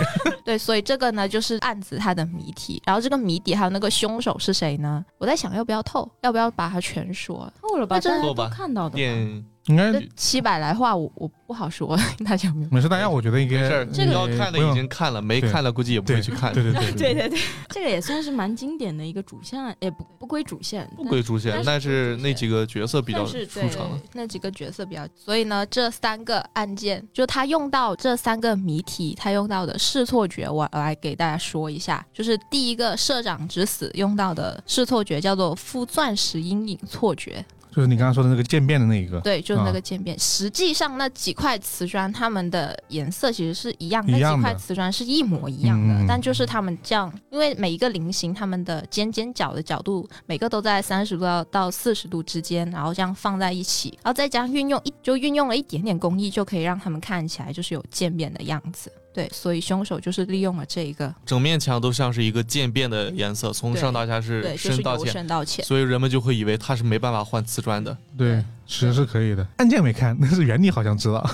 对，所以这个呢就是案子它的谜题。然后这个谜底还有那个凶手是谁呢？我在想要不要透，要不要把它全说？
透了吧
那真
大
的
家都看到的吧。
点
应该
这七百来话我我不好说， 大家有没有？
没事，大家我觉得应
没
该嗯
事儿，
这个
要看的已经看了，没
对
看的估计也不会去看。
对对 对
对对对，这个也算是蛮经典的一个主线案，也不不归主线，
不归主线，但
但
是
是
那几个角色比较
但是
出
对
场了。
那几个角色比较，所以呢，这三个案件就他用到这三个谜题，他用到的视错觉，我来给大家说一下，就是第一个社长之死用到的视错觉叫做负钻石阴影错觉，
就是你刚刚说的那个渐变的那一个，
对，就是那个渐变。实际上那几块瓷砖它们的颜色其实是一样，
一样的
那几块瓷砖是一模一样的，
嗯
但就是他们这样，因为每一个菱形它们的尖尖角的角度，每个都在三十度到到四十度之间，然后这样放在一起，然后再加上运用一就运用了一点点工艺，就可以让它们看起来就是有渐变的样子。对，所以凶手就是利用了这一个，
整面墙都像是一个渐变的颜色，从上到下是
对，就是
深到
由
浅，
深到浅。
所以人们就会以为它是没办法换瓷砖的。
对，其实是可以的。案件没看，但是原理好像知道。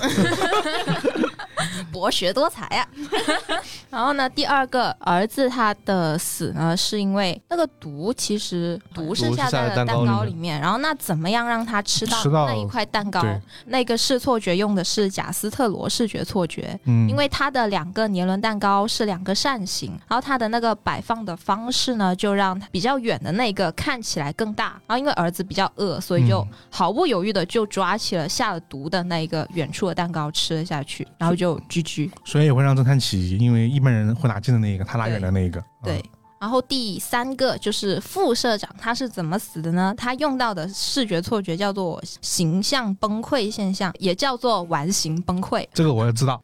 博学多才啊呀、 然后呢，第二个儿子他的死呢，是因为那个毒其实毒是下在了蛋糕里面，然后那怎么样让他吃到
吃到
那一块蛋糕？
对，
那个视错觉用的是贾斯特罗视觉错觉。
嗯，
因为它的两个年轮蛋糕是两个扇形，然后它的那个摆放的方式呢，就让比较远的那个看起来更大。然后因为儿子比较饿，所以就
嗯
毫不犹豫的就抓起了下了毒的那一个远处的蛋糕吃了下去，然后就 GG。
所以也会让侦探起疑，因为一般人会拿近的那一个，他拿远的那一个。
对
嗯，，
然后第三个就是副社长，他是怎么死的呢？他用到的视觉错觉叫做形象崩溃现象，也叫做完形崩溃，
这个我也知道。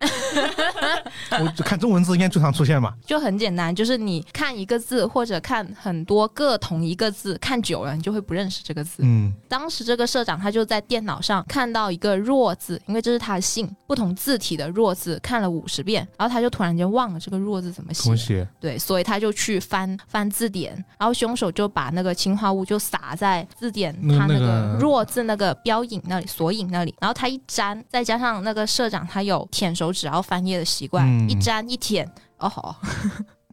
我就看中文字应该最常出现吧？
就很简单，就是你看一个字或者看很多个同一个字，看久了你就会不认识这个字。
嗯，
当时这个社长他就在电脑上看到一个“弱”字，因为这是他的姓，不同字体的“弱”字，看了五十遍，然后他就突然间忘了这个“弱”字怎么写
同。写
对，所以他就去翻翻字典，然后凶手就把那个氰化物就撒在字典
那
它
那
那
个
个弱字那个标引那里索引那里，然后他一粘，再加上那个社长他有舔手指然后翻页的习惯，
嗯
一粘一舔，哦吼，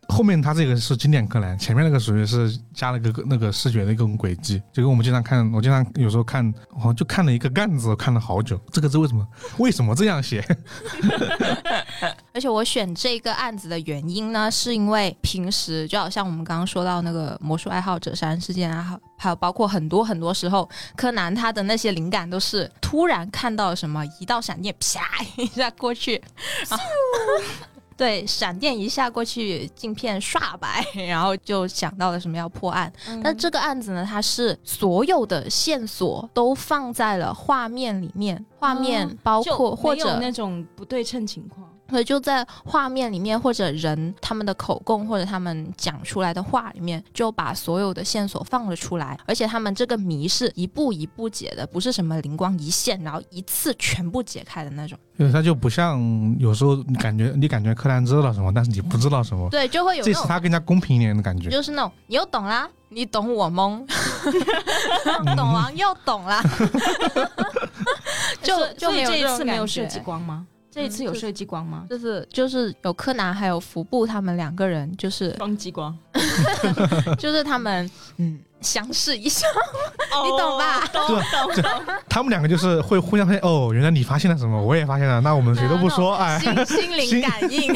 后面它这个是经典柯南，前面那个属于是加了个那个视觉的一种轨迹，就跟我们经常看，我经常有时候看，好像就看了一个“干”字，看了好久。这个字为什么 为什么这样写？
而且我选这个案子的原因呢，是因为平时就好像我们刚刚说到那个魔术爱好者、杀人事件爱好，还有包括很多很多时候，柯南他的那些灵感都是突然看到什么一道闪电，啪一下过去。 对，闪电一下过去，镜片刷白，然后就想到了什么要破案。嗯、但这个案子呢，它是所有的线索都放在了画面里面，画面包括、
哦、
或者
那种不对称情况。
所以就在画面里面，或者人他们的口供，或者他们讲出来的话里面，就把所有的线索放了出来。而且他们这个谜是一步一步解的，不是什么灵光一现，然后一次全部解开的那种。
对，它就不像有时候你感觉你感觉柯南知道什么，但是你不知道什么。
对，就会有
这次他更加公平一点的感觉。
就是那种你又懂啦，你懂 我懵，懂
嗯
完又懂啦，就就没有
这次没有
射
激光吗？这一次有射激光吗？
嗯、就是就是有柯南还有服部他们两个人， 就是
双激 光，
就是他们嗯相视一笑，你懂吧？
懂 懂懂。
他们两个就是会互相发现哦，原来你发现了什么，我也发现了，那我们谁都不说，哎，
心心灵感应。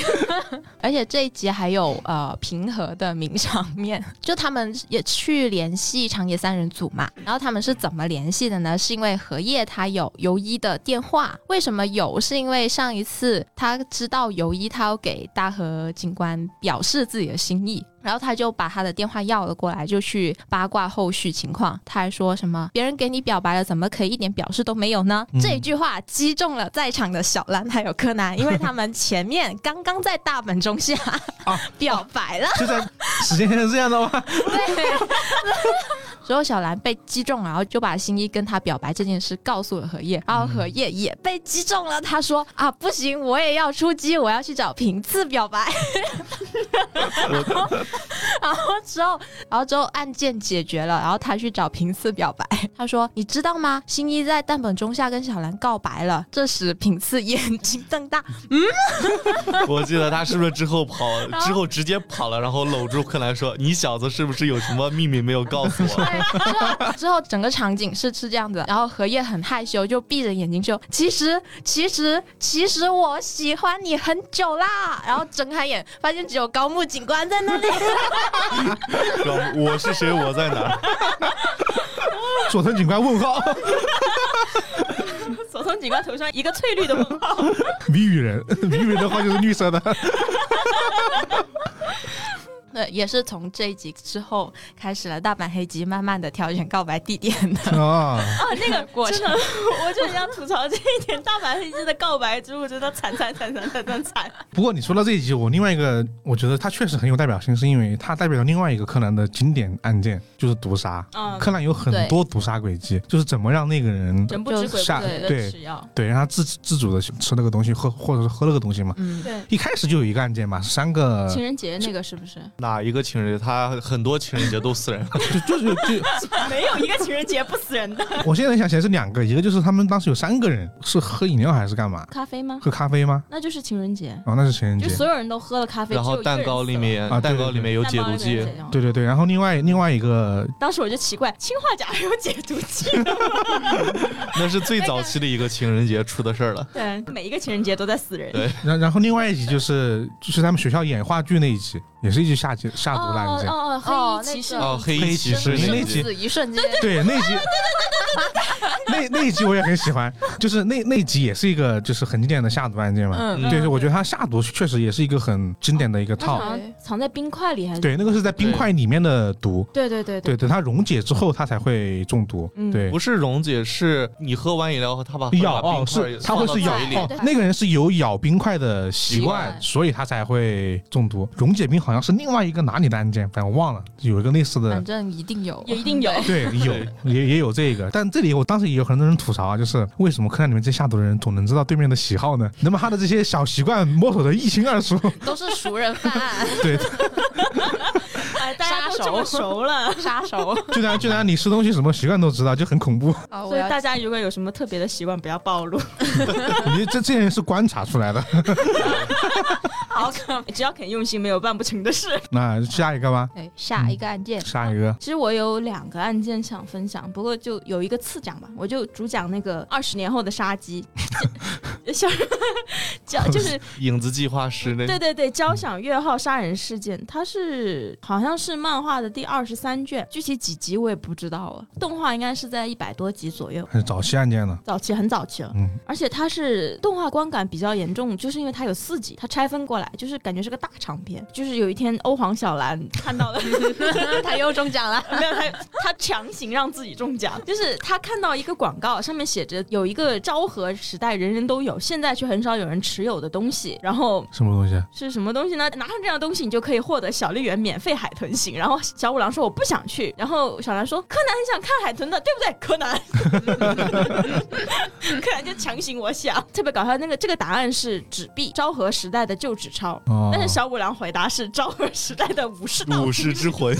而且这一集还有呃平和的名场面， 就他们也去联系长野三人组嘛，然后他们是怎么联系的呢？是因为荷叶他有游一的电话，为什么有？是因为上一次他知道游一他要给大和警官表示自己的心意。然后他就把他的电话要了过来，就去八卦后续情况。他还说什么别人给你表白了，怎么可以一点表示都没有呢？嗯、这一句话击中了在场的小兰还有柯南，因为他们前面刚刚在大本钟下 啊、表白了，
就在时间线是这样的吗？
对。 所以小兰被击中，然后就把新一跟他表白这件事告诉了荷叶，然后荷叶也被击中了。他说啊，不行，我也要出击，我要去找平次表白。 然后然后之后，然后之后案件解决了，然后他去找平次表白。他说：“你知道吗？新一在淡本中下跟小兰告白了。”这时平次眼睛瞪大，嗯，
我记得他是不是之后跑，之后直接跑了，然后搂住柯南说：“你小子是不是有什么秘密没有告诉我？”
之后 之后整个场景是是这样子，然后荷叶很害羞，就闭着眼睛说：“其实其实其实我喜欢你很久啦。”然后睁开眼，发现只有高木警官在那 里。
我是谁？我在哪？
佐藤警官问号。
佐藤警官头上一个翠 绿的哦问号。
谜语人， 谜语人的话就是绿色的。
对，也是从这一集之后开始了，大阪黑吉慢慢的挑选告白地点的
啊
啊，那个 过程，我就很想吐槽这一点，大阪黑吉的告白之路真的惨惨惨惨惨惨惨。
不过你说到这一集，我另外一个我觉得它确实很有代表性，是因为它代表了另外一个柯南的经典案件，就是毒杀。嗯，柯南有很多毒杀轨迹，就是怎么让那个人
人不知鬼
下
对吃药，
对，让他自自主的吃那个东西，喝或者是喝那个东西嘛。
嗯，对。
一开始就有一个案件嘛，三个
情人节那个是不是？
哪一个情人节？他很多情人节都死人了
就，就就就
没有一个情人节不死人的。
我现在想起来是两个，一个就是他们当时有三个人是喝饮料还是干嘛？
咖啡吗？
喝咖啡吗？
那就是情人节
哦，那是情人节，
就所有人都喝了咖啡，
然后蛋糕里面
啊，
蛋糕里面有解毒剂，
对对对，然后另外另外一个，
当时我就奇怪，氰化钾还有解毒剂，
那是最早期的一个情人节出的事儿了。
对，每一个情人节都在死人。
对，
然然后另外一集就是就是他们学校演话剧那一集。也是一集下下毒的案件
哦哦，黑衣骑
嗯
士
哦，
黑衣骑士
那
一集，
一瞬间，
对那集，那那一集我也很喜欢，就是那那集也是一个就是很经典的下毒案件嘛。
嗯，
对，我觉得他下毒确实也是一个很经典的一个套，
藏在冰块里还是？
对，那个是在冰块里面的毒，
对对对
对，等它溶解之后它才会中毒，对，
不是溶解，是你喝完饮料后他把
咬
哦
是他会是咬
嘴里，
哦，那个人是有咬冰块的习惯，所以他才会中毒。溶解冰好像是另外一个哪里的案件，反正我忘了，有一个类似的，
反正一定有，
也一定有。
对，有也也有这个，但这里我当时也有很多人吐槽啊，就是为什么柯南里面这下毒的人总能知道对面的喜好呢？那么他的这些小习惯摸索的一清二楚，
都是熟人犯案。
对，
哎，大家都这么熟了，
杀手。
就拿就拿你吃东西什么习惯都知道，就很恐怖。
好，我
所以
要
大家如果有什么特别的习惯，不要暴露。
你这这些人是观察出来的。
好，只要肯用心，没有办不成的事。
那下一个吧，
哎下一个按 键。
下一个
其实我有两个案件想分享，不过就有一个次讲吧，我就主讲那个二十年后的杀鸡，交交就是
影子计划师那
对对对交响乐号杀人事件，它是好像是漫画的第二十三卷，具体几集我也不知道了，动画应该是在一百多集左右，
很早期案件了。
早期很早期了。
嗯，
而且它是动画观感比较严重，就是因为它有四集，它拆分过来，就是感觉是个大长篇。就是有一天欧皇小兰看到了
他又中奖了，
没有，他他强行让自己中奖，就是他看到一个广告，上面写着有一个昭和时代人人都有，现在却很少有人持有的东西，然后。
什么东西？啊
是什么东西呢？拿上这样的东西，你就可以获得小笠原免费海豚行。然后小五郎说我不想去，然后小兰说柯南很想看海豚的，对不对？柯南， 柯南就强行我想，特别搞笑。那个这个答案是纸币，昭和时代的旧纸钞，
哦，
但是小五郎回答是昭和时代的武士道
武士之 魂，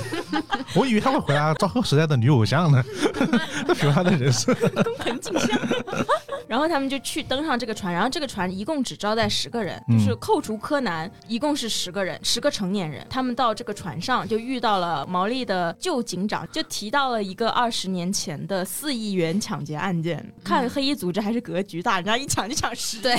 我以为他会回答昭和时代的女偶像呢， 那评他的人设。
东盆镜像。 然后他们就去登上这个船，然后这个船一共只招待十个人，
嗯
就是扣除柯南，一共是十个人，十个成年人。他们到这个船上就遇到了毛利的旧警长，就提到了一个二十年前的四亿元抢劫案件。看黑衣组织还是格局大，人家一抢就抢十。
对，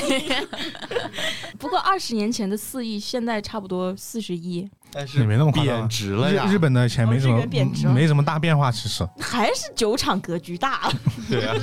不过二十年前的四亿，现在差不多四十一，
但
也没那么夸张啊
贬值了呀
日，日本的钱没什
哦
么
日元贬值了
没什么大变化，其实。
还是酒厂格局大。
对啊，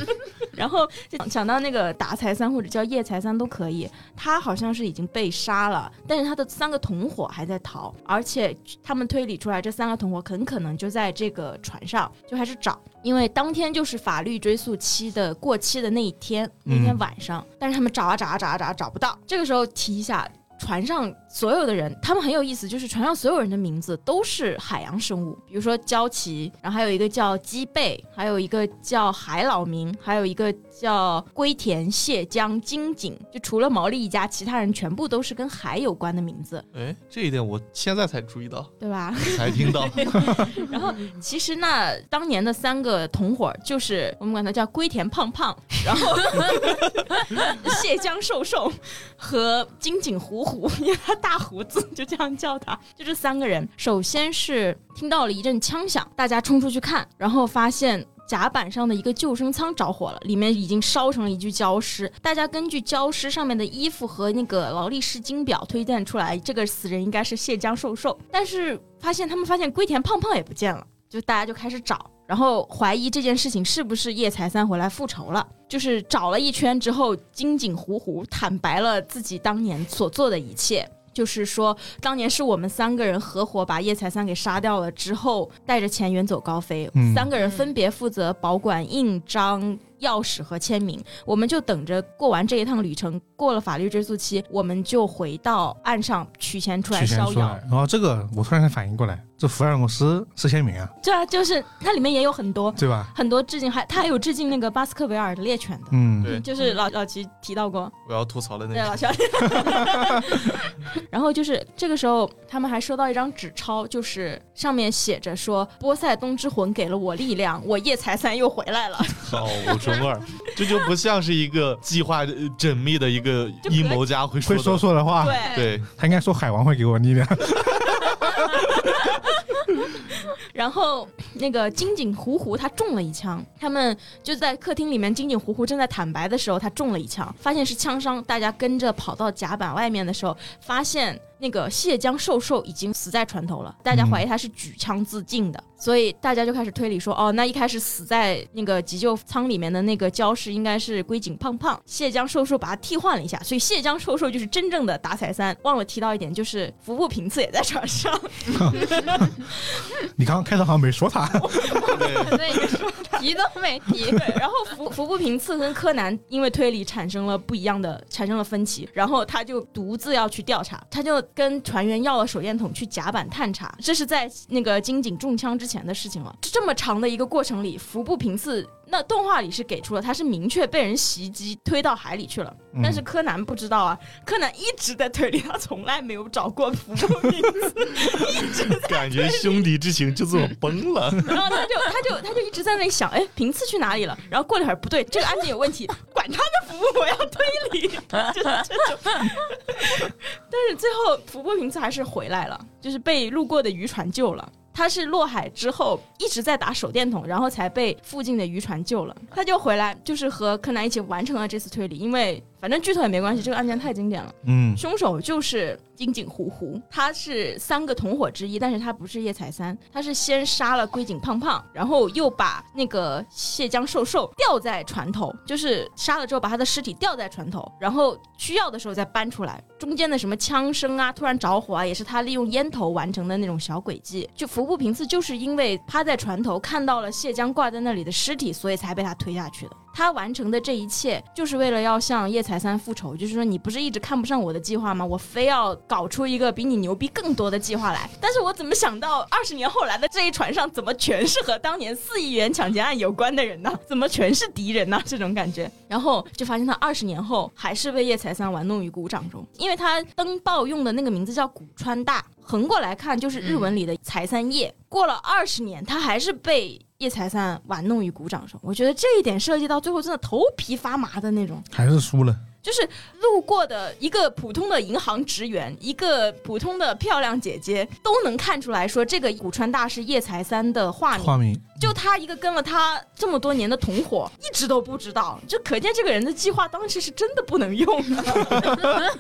然后就想到那个达财三或者叫叶财三都可以，他好像是已经被杀了，但是他的三个同伙还在逃，而且他们推理出来这三个同伙很可能就在这个船上，就开始找，因为当天就是法律追诉期的过期的那一天，那天晚上，但是他们找啊找啊找啊找啊找不到，这个时候提一下。船上所有的人，他们很有意思，就是船上所有人的名字都是海洋生物，比如说礁鳍，然后还有一个叫鸡贝，还有一个叫海老明，还有一个叫龟田蟹江金井。就除了毛利一家，其他人全部都是跟海有关的名字，
哎，这一点我现在才注意到，
对吧？
才听到，
然后其实那当年的三个同伙就是我们管他叫龟田胖胖，然后 蟹江瘦瘦和金井虎虎，因为他大胡子就这样叫他。就这三个人，首先是听到了一阵枪响，大家冲出去看，然后发现。甲板上的一个救生舱着火了，里面已经烧成了一具焦尸。大家根据焦尸上面的衣服和那个劳力士金表推断出来，这个死人应该是蟹江瘦瘦。但是发现他们发现龟田胖胖也不见了，就大家就开始找，然后怀疑这件事情是不是叶财三回来复仇了。就是找了一圈之后，金井虎虎坦白了自己当年所做的一切。就是说，当年是我们三个人合伙把叶财三给杀掉了之后，带着钱远走高飞。
嗯
三个人分别负责保管印章、钥匙和签名。我们就等着过完这一趟旅程，过了法律追诉期，我们就回到岸上取钱出来
提前
逍
出
遥
来。。然后哦这个我突然才反应过来，这福尔摩斯是签名啊，
对啊，就是那里面也有很多
对吧？
很多致敬，还他还有致敬那个巴斯克维尔的猎犬的，
嗯，
对
就是老老齐提到过，
我要吐槽的那
对
个
啊老齐。 然后就是这个时候，他们还收到一张纸钞，就是上面写着说波塞冬之魂给了我力量，我叶财三又回来了。
好中二，这就不像是一个计划呃缜密的一个
就可以
阴谋家会说
会
的
说错的话，
对，
对，
他应该说海王会给我力量。
然后那个金井虎虎他中了一枪，他们就在客厅里面，金井虎虎正在坦白的时候，他中了一枪，发现是枪伤，大家跟着跑到甲板外面的时候，发现那个蟹江瘦瘦已经死在船头了，大家怀疑他是举枪自尽的，所以大家就开始推理说，哦，那一开始死在那个急救舱里面的那个礁石应该是龟井胖胖，蟹江瘦瘦把他替换了一下，所以蟹江瘦瘦就是真正的达彩三。忘了提到一点，就是服部平次也在船上。
你刚刚开头好像没说 他，
对
对， 提都没提。
对，然后服服部平次跟柯南因为推理产生了不一样的，产生了分歧，然后他就独自要去调查，他就跟船员要了手电筒去甲板探查，这是在那个金井中枪之前的事情了。这么长的一个过程里，服部平次。那动画里是给出了，他是明确被人袭击推到海里去了，
嗯
但是柯南不知道啊，柯南一直在推理，他从来没有找过服部名字，
感觉兄弟之情就这么崩了。
然后他就他就他就一直在那里想，哎，平次去哪里了？然后过了一会儿，不对，这个案件有问题，管他的服部，我要推理，就是这种。但是最后服部平次还是回来了，就是被路过的渔船救了。他是落海之后一直在打手电筒，然后才被附近的渔船救了。他就回来，就是和柯南一起完成了这次推理，因为反正剧透也没关系，这个案件太经典了。
嗯
凶手就是樱井胡胡，他是三个同伙之一，但是他不是叶彩三，他是先杀了龟井胖胖，然后又把那个蟹江瘦瘦吊在船头，就是杀了之后把他的尸体吊在船头，然后需要的时候再搬出来。中间的什么枪声啊，突然着火啊，也是他利用烟头完成的那种小诡计。就服部平次就是因为趴在船头看到了蟹江挂在那里的尸体，所以才被他推下去的。他完成的这一切，就是为了要向叶财三复仇。就是说，你不是一直看不上我的计划吗？我非要搞出一个比你牛逼更多的计划来。但是我怎么想到二十年后来的这一船上，怎么全是和当年四亿元抢劫案有关的人呢？怎么全是敌人呢？这种感觉。然后就发现他二十年后还是被叶财三玩弄于股掌中，因为他登报用的那个名字叫古川大，横过来看就是日文里的财三叶。过了二十年，他还是被叶财三玩弄于股掌中。我觉得这一点设计到最后真的头皮发麻的那种。
还是输了。
就是路过的一个普通的银行职员，一个普通的漂亮姐姐，都能看出来说这个古川大是叶财三的化名。
化名
就他一个跟了他这么多年的同伙，一直都不知道，就可见这个人的计划当时是真的不能用 的。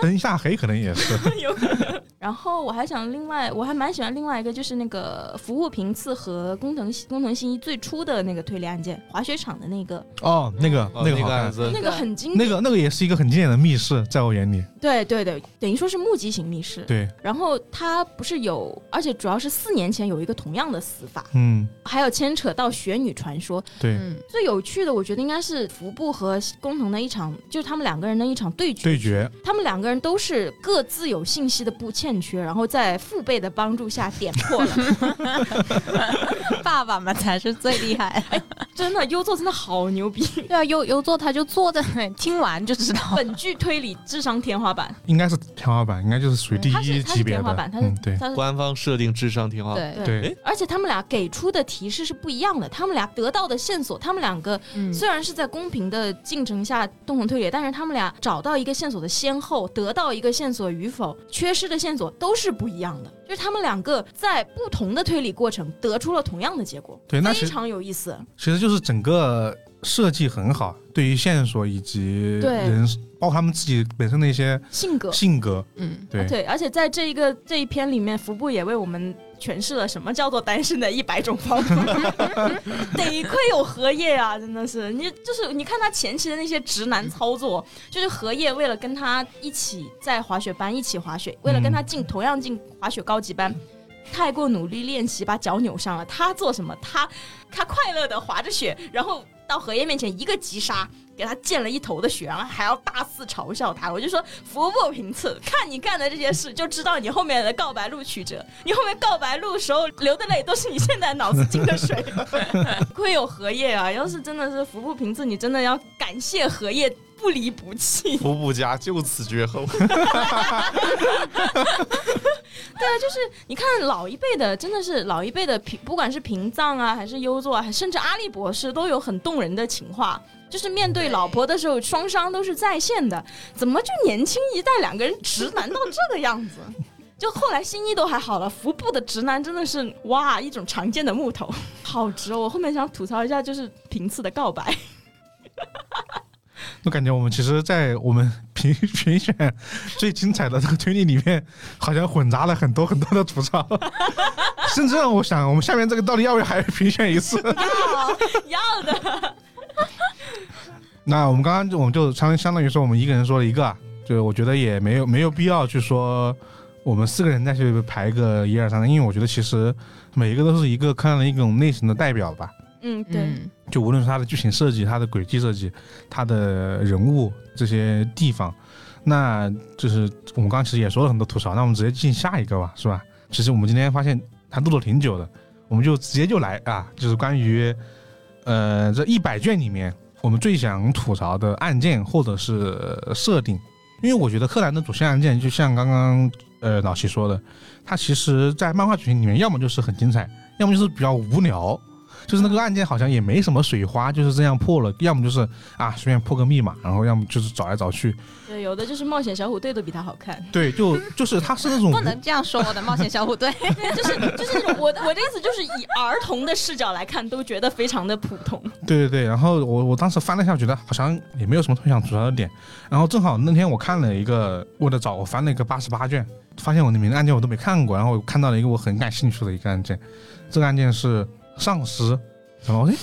灯下黑可能也 是
有可能。然后我还想另外，我还蛮喜欢另外一个，就是那个服务平次和工藤新工藤新一最初的那个推理案件，滑雪场的那个，
哦，那个
哦
那个好
案
看，
子
那个很经
那
典。
个那个也是一个很经典的密室，在我眼里，
对对对，等于说是目击型密室。
对，
然后他不是有，而且主要是四年前有一个同样的死法，
嗯，
还有牵扯到雪女传说，
对，
嗯，
最有趣的，我觉得应该是服部和工藤的一场，就是他们两个人的一场对决。
对决，
他们两个人都是各自有信息的不欠缺，然后在父辈的帮助下点破了。
爸爸们才是最厉害。
真的，优作真的好牛 逼！
对啊，优优作他就坐在那里听完就 知道。
本剧推理智商天花板，
应该是天花板，应该就是属于第
他是
一
他是
级别
天花
的
板，，他是、
嗯，对
他是。
官方设定智商天花板，
对，
对
对，
而且他们俩给出的提示是不一样的，他们俩得到的线索，他们两个
嗯
虽然是在公平的竞争下共同推理，但是他们俩找到一个线索的先后，得到一个线索与否，缺失的线索都是不一样的。就是他们两个在不同的推理过程得出了同样的结果，
对那
非
其
常有意思。
其实就是整个设计很好，对于线索以及
对
人，包括他们自己本身的一些
性格
性格，
嗯，
对，
啊对，而且在这一个这一篇里面，服部也为我们诠释了什么叫做单身的一百种方法。得亏有荷叶啊，真的是你就是你看他前期的那些直男操作，就是荷叶为了跟他一起在滑雪班一起滑雪，为了跟他进同样进滑雪高级班。太过努力练习，把脚扭伤了。他做什么？他他快乐的滑着雪，然后到荷叶面前一个急刹，给他溅了一头的血，然后还要大肆嘲笑他。我就说，服部平次，看你干的这些事，就知道你后面的告白路曲折。 你后面告白路时候流的泪，都是你现在脑子进的 水。亏有荷叶啊！要是真的是服部平次，你真的要感谢荷叶不离不弃。
服部家就此绝后。
你看老一辈的，真的是老一辈的平，不管是平藏啊，还是优作啊，还甚至阿笠博士，都有很动人的情话。就是面对老婆的时候，双商都是在线的，怎么就年轻一代两个人直男到这个样子？ 就后来新一都还好了，服部的直男真的是哇，一种常见的木头，好直哦！我后面想吐槽一下，就是平次的告白，
我感觉我们其实，在我们评 评选最精彩的这个推理里面，好像混杂了很多很多的吐槽， 甚至让我想，我们下面这个到底要不要还评选一次？
要的
那我们刚刚就我们就相相当于说我们一个人说了一个啊，就我觉得也没有没有必要去说我们四个人再去排个一二三，因为我觉得其实每一个都是一个柯南的一种类型的代表吧。
嗯，对，
嗯
就无论是它的剧情设计、它的轨迹设计、它的人物这些地方，那就是我们刚刚其实也说了很多吐槽，那我们直接进下一个吧，是吧？其实我们今天发现还录了挺久的，我们就直接就来啊，就是关于呃，这一百卷里面，我们最想吐槽的案件或者是设定，因为我觉得柯南的主线案件，就像刚刚呃老齐说的，它其实在漫画群里面，要么就是很精彩，要么就是比较无聊。就是那个案件好像也没什么水花，就是这样破了，要么就是啊随便破个密码，然后要么就是找来找去，
对，有的就是冒险小虎队都比他好看，
对，就就是他是那
嗯
种
不能这样说我的冒险小虎队，
就是就是那种我我的意思就是以儿童的视角来看都觉得非常的普通，
对对对，然后我我当时翻了一下，觉得好像也没有什么特别想吐槽的点，然后正好那天我看了一个，为了找我翻了一个八十八卷，发现我里面的案件我都没看过，然后我看到了一个我很感兴趣的一个案件，这个案件是。丧尸，然后哎，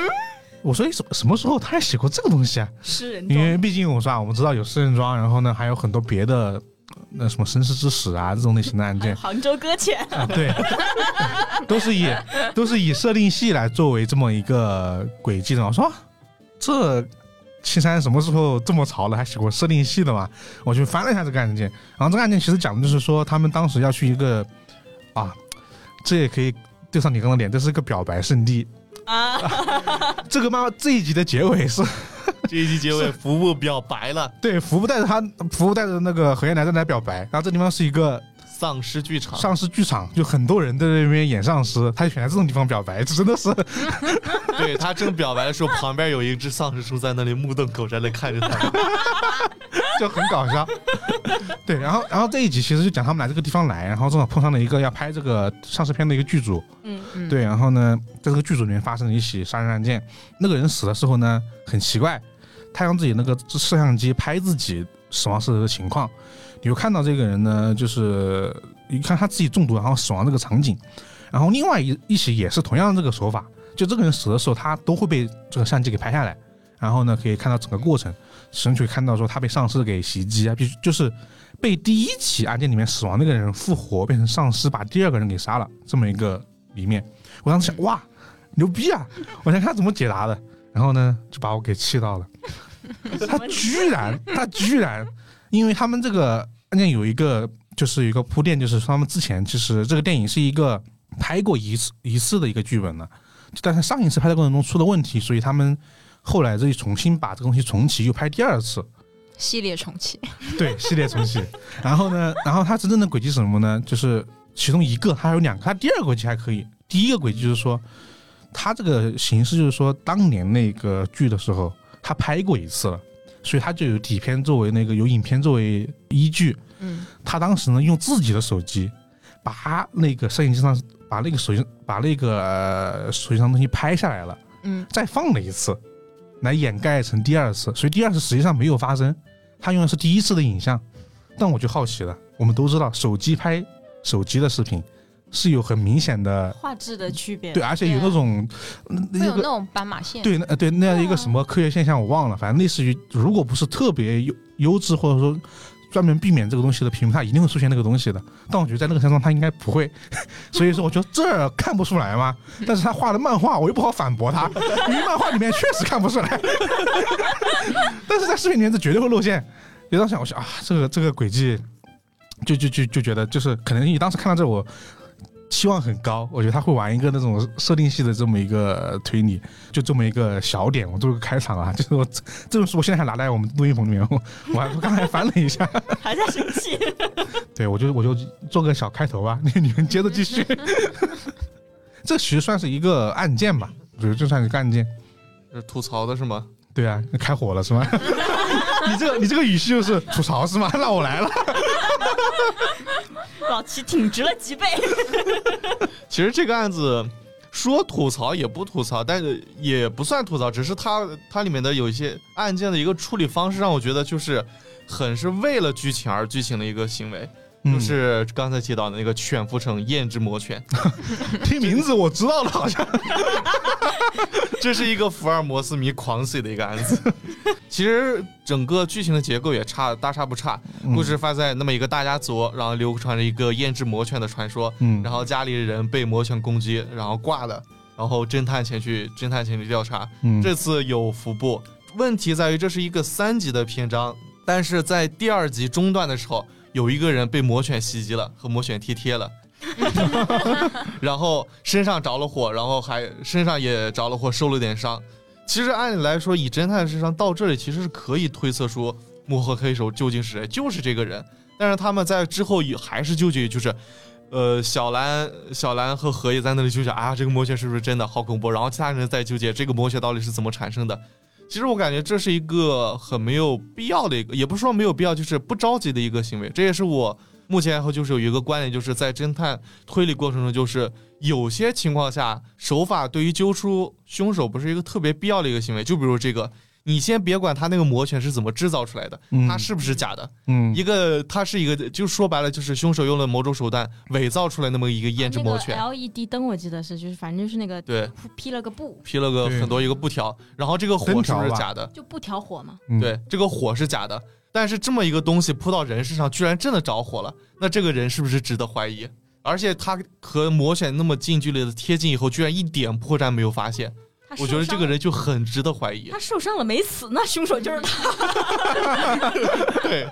我说什什么时候他还写过这个东西啊？
诗人
因为毕竟我说啊，我们知道有诗人庄，然后呢还有很多别的，那什么绅士之死啊这种类型的案件
杭州搁浅，
啊，对，都是以都是以设定系来作为这么一个轨迹的嘛。我说、啊这七三什么时候这么潮了，还写过设定系的嘛？我去翻了一下这个案件，然后这个案件其实讲的就是说他们当时要去一个啊，这也可以。对上你刚刚脸，这是个表白圣地啊！ 这个漫画这一集的结尾是
这一集结 尾，服部表白了，
对服部带着他，服部带着那个河原来正来表白，然后这地方是一个
丧尸剧场，
丧尸剧场，就很多人在那边演丧尸，他就选在这种地方表白，真的是
对他正表白的时候，旁边有一只丧尸正在那里目瞪口呆的看着他，
就很搞笑。对，然后然后这一集其实就讲他们来这个地方来，然后正好碰上了一个要拍这个丧尸片的一个剧组，
嗯
嗯
对，然后呢，在这个剧组里面发生了一起杀人案件，那个人死的时候呢，很奇怪，他用自己那个摄像机拍自己死亡时的情况，你就看到这个人呢，就是你看他自己中毒然后死亡这个场景，然后另外一一起也是同样的这个手法，就这个人死的时候，他都会被这个相机给拍下来，然后呢，可以看到整个过程，神曲看到说他被丧尸给袭击啊，必须就是。被第一起案件里面死亡那个人复活，变成丧尸，把第二个人给杀了，这么一个里面，我当时想，哇，牛逼啊！我想看他怎么解答的。然后呢，就把我给气到了。他居然，他居然，因为他们这个案件有一个，就是有一个铺垫，就是说他们之前其实这个电影是一个拍过一次一次的一个剧本了，但是上一次拍的过程中出了问题，所以他们后来这里重新把这个东西重启，又拍第二次。
系列重启，
对，系列重启。然后呢，然后它真正的轨迹是什么呢？就是其中一个，它还有两个，它第二个轨迹还可以。第一个轨迹就是说，它这个形式就是说，当年那个剧的时候，他拍过一次了，所以他就有底片作为那个有影片作为依据。
嗯，
他当时呢用自己的手机，把那个摄影机上把那个手机把那个、呃手机上东西拍下来了，
嗯，
再放了一次，来掩盖成第二次，所以第二次实际上没有发生。他用的是第一次的影像，但我就好奇了。我们都知道，手机拍手机的视频是有很明显的，
画质的区别，
对，而且有那种嗯
会
那
有那
个
种斑马线，
对那呃对那样一个什么科学现象，我忘了，反正类似于，如果不是特别优优质或者说专门避免这个东西的屏幕，它一定会出现那个东西的。但我觉得在那个山上它应该不会， 所以说我觉得这儿看不出来嘛。但是他画的漫画，我又不好反驳他，因为漫画里面确实看不出来， 但是在视频里面这绝对会露馅。有当时想，我想啊，这个这个轨迹，就就就就觉得就是可能你当时看到这我。期望很高，我觉得他会玩一个那种设定系的这么一个推理，就这么一个小点，我做个开场啊， 就是我这这本书我现在还拿来我们录音棚里面，我 我还我刚才翻了一下，
还在生气。
对我就我就做个小开头吧， 你你们接着继续。 这其实算是一个案件吧，我觉得就算是个案件。
是吐槽的是吗？
对啊，开火了是 吗？你这个你这个语气就是吐槽是吗？ 那我来了。
老齐挺直了 脊背，
其实这个案子说吐槽也不吐槽，但是也不算吐槽，只是它它里面的有一些案件的一个处理方式，让我觉得就是很是为了剧情而剧情的一个行为。就
嗯
是刚才提到的那个犬辅城燕之魔犬，
听名字我知道了，好像
这是一个福尔摩斯迷狂喜的一个案子。其实整个剧情的结构也差大差不差，故事发在那么一个大家族，然后流传着一个燕之魔犬的传说，
嗯，
然后家里人被魔犬攻击，然后挂了，然后侦探前去侦探前去调查，
嗯
这次有服部。问题在于这是一个三级的篇章，但是在第二集中段的时候，有一个人被魔犬袭击了，和魔犬贴贴了。 然后身上着了火，然后还身上也着了火，受了点伤。其实按理来说，以侦探智商到这里，其实是可以推测出幕后黑手究竟是谁，就是这个人。但是他们在之后也还是纠结于，就是，呃，小兰、小兰和荷叶在那里纠结啊，这个魔血是不是真的，好恐怖。然后其他人在纠结这个魔血到底是怎么产生的。其实我感觉这是一个很没有必要的一个，也不是说没有必要，就是不着急的一个行为。这也是我目前和就是有一个观点，就是在侦探推理过程中，就是有些情况下手法对于揪出凶手不是一个特别必要的一个行为。就比如这个，你先别管他那个魔拳是怎么制造出来的，
嗯
它是不是假的，
嗯
一个它是一个，就说白了就是凶手用了某种手段伪造出来那么一个胭脂魔拳。
啊那个 LED 灯我记得是，就是反正就是那个
对，
铺披了个布，
披了个
对
很多一个布条，然后这个火
灯
是不
条
是
吧
假的？
就不调火嘛。
嗯
对，这个火是假的，但是这么一个东西扑到人身上，居然真的着火了，那这个人是不是值得怀疑？而且他和魔犬那么近距离的贴近以后，居然一点破绽没有发现，
他
我觉得这个人就很值得怀疑
他。受伤了没死，那凶手就是他。
对，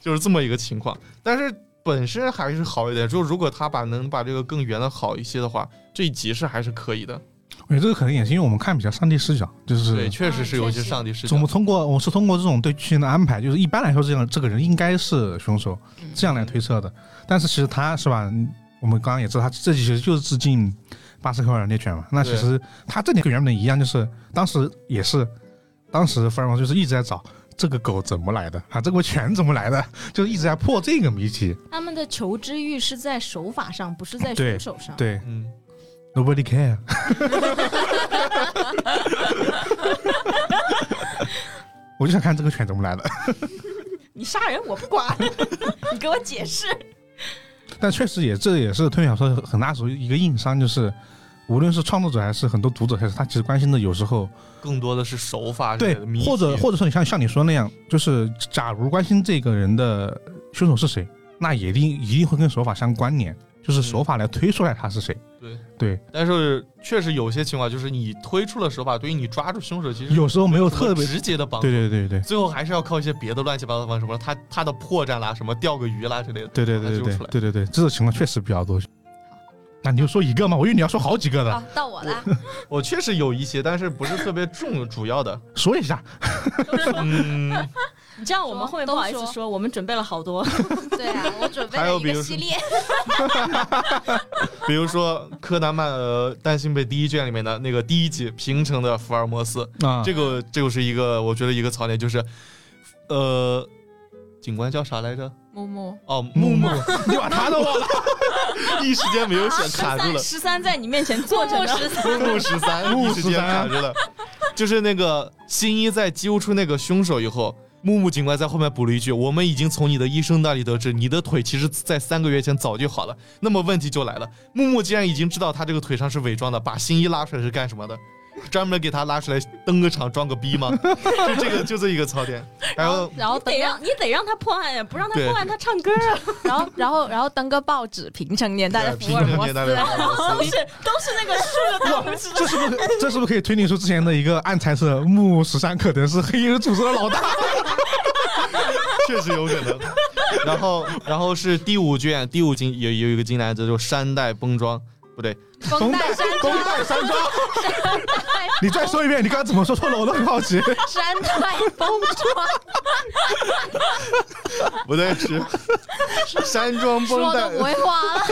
就是这么一个情况。但是本身还是好一点，就是如果他把能把这个更圆的好一些的话，这一集是还是可以的。
我觉得这个可能也是因为我们看比较上帝视角，就
对，
是嗯
确实是有一些
确实
上帝视角
我。们通过我是通过这种对剧情的安排，就是一般来说这样这个人应该是凶手，这样来推测的。但是其实他是吧，嗯我们刚刚也知道他这其实就是致敬巴斯克维尔猎犬嘛。那其实他这点跟原本一样，就是当时也是，当时福尔摩斯就是一直在找。这个狗怎么来的啊？这个犬怎么来的？就是一直在破这个谜题。
他们的求知欲是在手法上，不是在
对
凶手上。
对
嗯，
，Nobody care。我就想看这个犬怎么来的。
你杀人我不管， 你给我解释。
但确实也，这也是推理小说很大时候一个硬伤，就是无论是创作者还是很多读者，还是他其实关心的有时候
更多的是手法之类
对
的谜，
或者
题
或者说你像像你说那样，就是假如关心这个人的凶手是谁，那也一定一定会跟手法相关联，就是手法来推出来他是谁。
对
对，
但是确实有些情况，就是你推出了手法，对于你抓住凶手其实
有时候没有特别
什么直接的帮助，
对对对对
最后还是要靠一些别的乱七八糟的方式，什么他他的破绽啦，什么钓个鱼啦之类的。
对对对
把它揪
对
出来
对对对，这种情况确实比较多。那你就说一个嘛，我以为你要说好几个
哦
的，
啊，到我啦，
我确实有一些，但是不是特别重主要 的。
说一下。
嗯，
你这样我们后面不
都
好意思
说
说，我们准备了好多。
对啊，我准备
还有
了
比
一
如
个系
说
列，
比如说柯南曼呃《单行本》第一卷里面的那个第一集平成的福尔摩斯，
啊，
这个这就是一个我觉得一个槽点，就是呃警官叫啥来着？
木木，
哦，
木木
木，你把他都忘了， 一时间没有想卡住 了。
十三在你面前坐着呢，
木木十三，
木
一
木
时间卡住了。就是那个新一在揪出那个凶手以后，木木警官在后面补了一句：“我们已经从你的医生那里得知，你的腿其实在三个月前早就好了。”那么问题就来了，木木既然已经知道他这个腿上是伪装的，把新一拉出来是干什么的？专门给他拉出来登个场装个逼吗？ 就这个就这一个槽点。还有
哦然后
你
登 个，
得让你得让他破案呀，不让他
对
破案，他唱歌啊，
然后然后然后登个报纸，平成年代的
啊平
福尔
成
摩
年代的
斯，
福尔摩斯
都是都是那个竖着大拇指。
这是不是这是不是可以推理出之前的一个暗猜测？木十三可能是黑衣人组织的老大。
确实有可能。然后，然后是第五卷，第五金有有一个金篮子，就是山带崩庄，不对，
风带山
东
庄，
带山庄。你再说一遍，你刚刚怎么说错了？我都很好奇。
山 带风庄，
不对是 山庄崩
说都
带
不会画 了。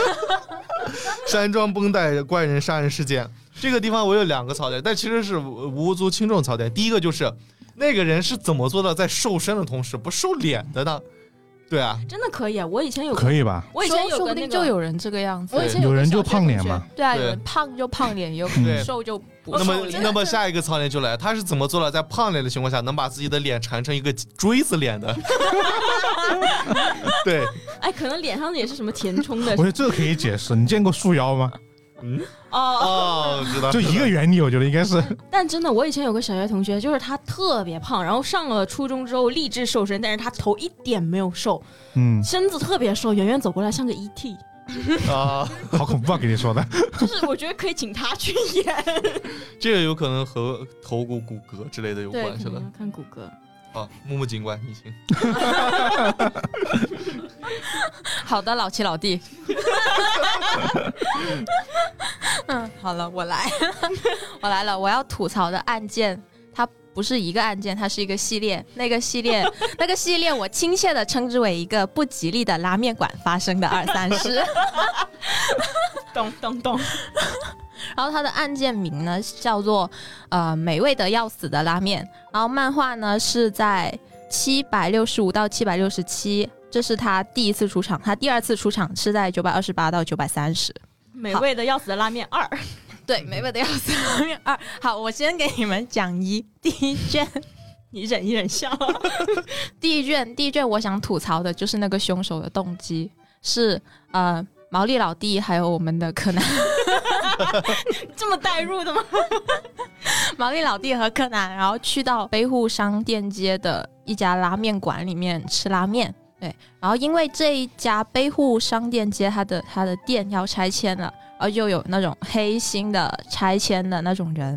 山庄绷带怪人杀人事件。这个地方我有两个槽点，但其实是无无足轻重的槽点。第一个就是那个人是怎么做到在瘦身的同时不瘦脸的呢？对啊，
真的可以啊！我以前 有，
可以吧？
我以前
说
有
说不
个那
定
个
就有人这个样子
我以。前
有
个
人就
小学
胖脸
同学
嘛，
对啊，有
对嗯
人胖就胖脸，有
对
人嗯瘦就不
那么
瘦脸。
那么下一个槽点就来，他是怎么做到在胖脸的情况下能把自己的脸缠成一个锥子脸的？ 对，
哎，可能脸上也是什么填 充的
我觉得这个可以解释。你见过束腰 吗？
嗯，
哦。
哦，知道，
就一个原理，我觉得应该 是
但真的，我以前有个小学同学，就是他特别胖，然后上了初中之后立志瘦身，但是他头一点没有瘦，
嗯，
身子特别瘦，远远走过来像 个 ET，
啊，
好恐怖啊！给你 说的，
就是我觉得可以请他去演。
这个有可能和头骨骨骼之类的有关系了。
看谷歌。
好，木木警官，你请。
好的，老齐老弟，嗯，好了，我来， 我来了。我要吐槽的案件，它不是一个案件，它是一个系列。那个系列，那个系列，我亲切的称之为一个不吉利的拉面馆发生的二三事。
咚咚咚。
然后它的案件名呢叫做呃美味的要死的拉面。然后漫画呢是在七百六十五到七百六十七，这是他第一次出场。他第二次出场是在九百二十八到九百三十。
美味的要死的拉面二，
对，美味的要死的拉面二。好，我先给你们讲一第一卷。
你忍一忍笑。
啊 第一卷，第一卷，我想吐槽的就是那个凶手的动机是呃毛利老弟还有我们的柯南。
这么代入的吗？
毛利老弟和柯南，然后去到北户商店街的一家拉面馆里面吃拉面。对，然后因为这一家北户商店街，它的它的店要拆迁了，然后就有那种黑心的拆迁的那种人，